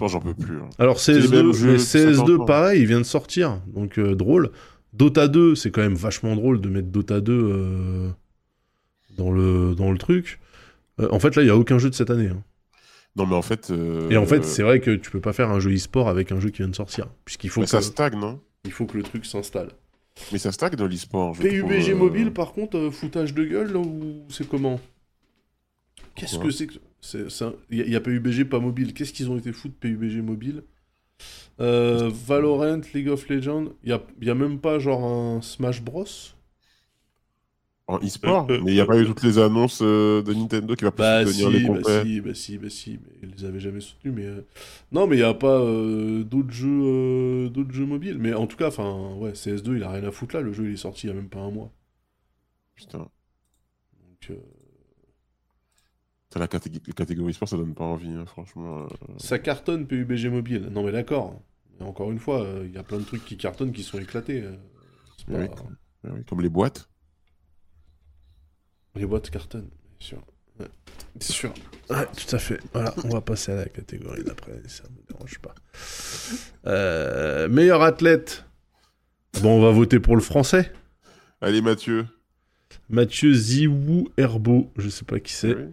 Speaker 2: oh, j'en peux plus. hein.
Speaker 1: Alors
Speaker 2: les mêmes
Speaker 1: CS2,
Speaker 2: jeux,
Speaker 1: mais
Speaker 2: ça change
Speaker 1: CS2
Speaker 2: pas.
Speaker 1: pareil, il vient de sortir, donc euh, drôle. Dota 2, c'est quand même vachement drôle de mettre Dota 2 euh, dans, le, dans le truc. Euh, en fait, là, il n'y a aucun jeu de cette année. hein.
Speaker 2: Non, mais en fait. euh,
Speaker 1: Et en fait, c'est vrai que tu peux pas faire un jeu e-sport avec un jeu qui vient de sortir, puisqu'il faut,
Speaker 2: Mais
Speaker 1: que,
Speaker 2: ça stagne, non
Speaker 1: il faut que le truc s'installe.
Speaker 2: Mais ça stagne dans l'e-sport. je trouve,
Speaker 1: PUBG
Speaker 2: euh,
Speaker 1: Mobile, par contre, euh, foutage de gueule, là, ou c'est comment Qu'est-ce
Speaker 2: Pourquoi
Speaker 1: que c'est que. c'est- c'est un- Il y, a- il y a PUBG pas mobile. Qu'est-ce qu'ils ont été fous de PUBG mobile Euh, Valorant, League of Legends, il y a, il y a même pas genre un Smash Bros
Speaker 2: En e-sport Mais il n'y a pas eu toutes les annonces euh, de Nintendo qui va plus
Speaker 1: Euh, Bah si,
Speaker 2: soutenir les compètes.
Speaker 1: bah si, bah si, bah si, mais ils les avaient jamais soutenus. Mais euh, non, mais il y a pas euh, d'autres jeux, euh, d'autres jeux mobiles. Mais en tout cas, enfin, ouais, CS2, il a rien à foutre là. Le jeu, il est sorti il y a même pas un mois.
Speaker 2: Putain.
Speaker 1: Donc, euh,
Speaker 2: Putain, La catég- la catégorie sport, ça donne pas envie, hein, franchement. euh.
Speaker 1: Ça cartonne PUBG Mobile. Non mais d'accord. Mais encore une fois, il y a plein de trucs qui cartonnent qui sont éclatés. euh, c'est pas-
Speaker 2: bah Oui. Ouais, ouais, Comme les boîtes.
Speaker 1: Les boîtes cartonnent, bien sûr. Ouais. C'est sûr. Ouais, tout à fait. Voilà, on va passer à la catégorie d'après. Ça me dérange pas. Euh, meilleur athlète. Bon, on va voter pour le français.
Speaker 2: Allez, Mathieu.
Speaker 1: Mathieu Ziwou Herbeau. Je sais pas qui c'est.
Speaker 2: Oui.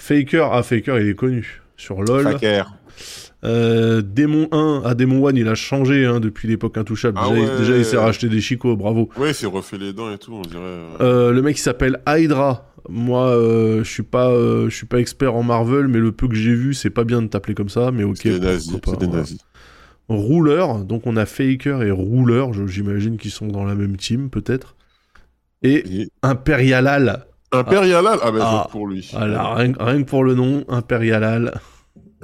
Speaker 1: Faker. Ah, Faker, il est connu. Sur LoL.
Speaker 2: Tracker.
Speaker 1: Euh, Démon 1, ah Démon 1 il a changé hein, depuis l'époque intouchable.
Speaker 2: Ah
Speaker 1: déjà, il-
Speaker 2: ouais.
Speaker 1: déjà, il s'est racheté des chicots, bravo.
Speaker 2: Ouais, il s'est refait les dents et tout, on dirait. euh.
Speaker 1: Euh, le mec il s'appelle Hydra. Moi euh, je suis pas euh, je suis pas expert en Marvel mais le peu que j'ai vu c'est pas bien de t'appeler comme ça mais OK.
Speaker 2: c'est des
Speaker 1: pourquoi
Speaker 2: nazis.
Speaker 1: pas,
Speaker 2: C'est des
Speaker 1: voilà.
Speaker 2: nazis.
Speaker 1: Rouleur, donc on a Faker et Rouleur, je- j'imagine qu'ils sont dans la même team peut-être. Et
Speaker 2: Et
Speaker 1: Imperialal.
Speaker 2: Imperial Al- ah ben je
Speaker 1: Ah.
Speaker 2: vote pour lui.
Speaker 1: Voilà, rien, que- rien que pour le nom, Imperialal.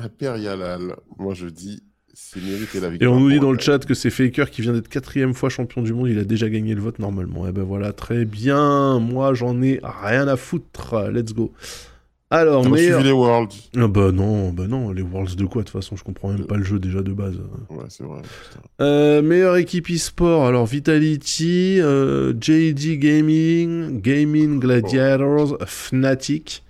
Speaker 2: impérial. Moi, je dis, c'est mérité la
Speaker 1: Et
Speaker 2: victoire.
Speaker 1: on nous dit
Speaker 2: pour
Speaker 1: dans le
Speaker 2: Alcaraz.
Speaker 1: chat que c'est Faker qui vient d'être quatrième fois champion du monde, il a déjà gagné le vote normalement. Eh ben voilà, très bien. Moi, j'en ai rien à foutre. Let's go. Alors,
Speaker 2: T'as pas
Speaker 1: meilleur...
Speaker 2: suivi les Euh, Worlds.
Speaker 1: Ah bah non, bah non, les Worlds de quoi De toute façon, je comprends même pas le jeu déjà de base.
Speaker 2: Ouais, c'est vrai. putain.
Speaker 1: Euh, meilleure équipe e-sport, alors Vitality, euh, JD Gaming, Gaming Gladiators, Fnatic,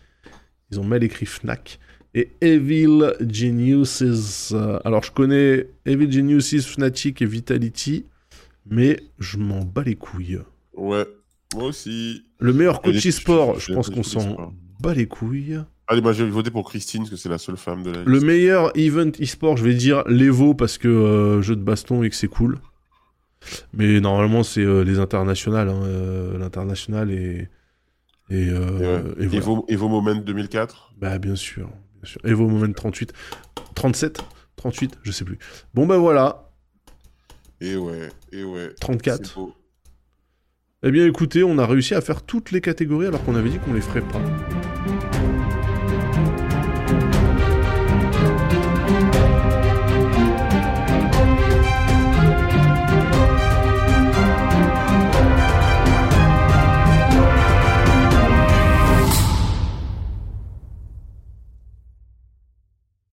Speaker 1: ils ont mal écrit Fnac, et Evil Geniuses. Euh, Alors je connais Evil Geniuses, Fnatic et Vitality, mais je m'en bats les couilles.
Speaker 2: Ouais, moi aussi.
Speaker 1: Le meilleur
Speaker 2: Allez,
Speaker 1: coach
Speaker 2: je-
Speaker 1: e-sport,
Speaker 2: je-
Speaker 1: je pense
Speaker 2: je-
Speaker 1: qu'on
Speaker 2: je-
Speaker 1: s'en bat les couilles.
Speaker 2: Allez, bah, je vais voter pour Christine, parce que c'est la seule femme de la
Speaker 1: Le
Speaker 2: liste.
Speaker 1: meilleur event e-sport, je vais dire l'Evo parce que euh, jeu de baston et que c'est cool. Mais normalement, c'est euh, les internationales. hein, euh, L'international et. Et, euh, et voilà.
Speaker 2: Evo, Evo Moment 2004.
Speaker 1: Bah, bien sûr. Bien sûr. Evo Moment 38. 37 38, je sais plus. Bon, bah voilà.
Speaker 2: Et ouais, et ouais. C'est
Speaker 1: 34.
Speaker 2: beau.
Speaker 1: Eh bien, écoutez, on a réussi à faire toutes les catégories alors qu'on avait dit qu'on les ferait pas.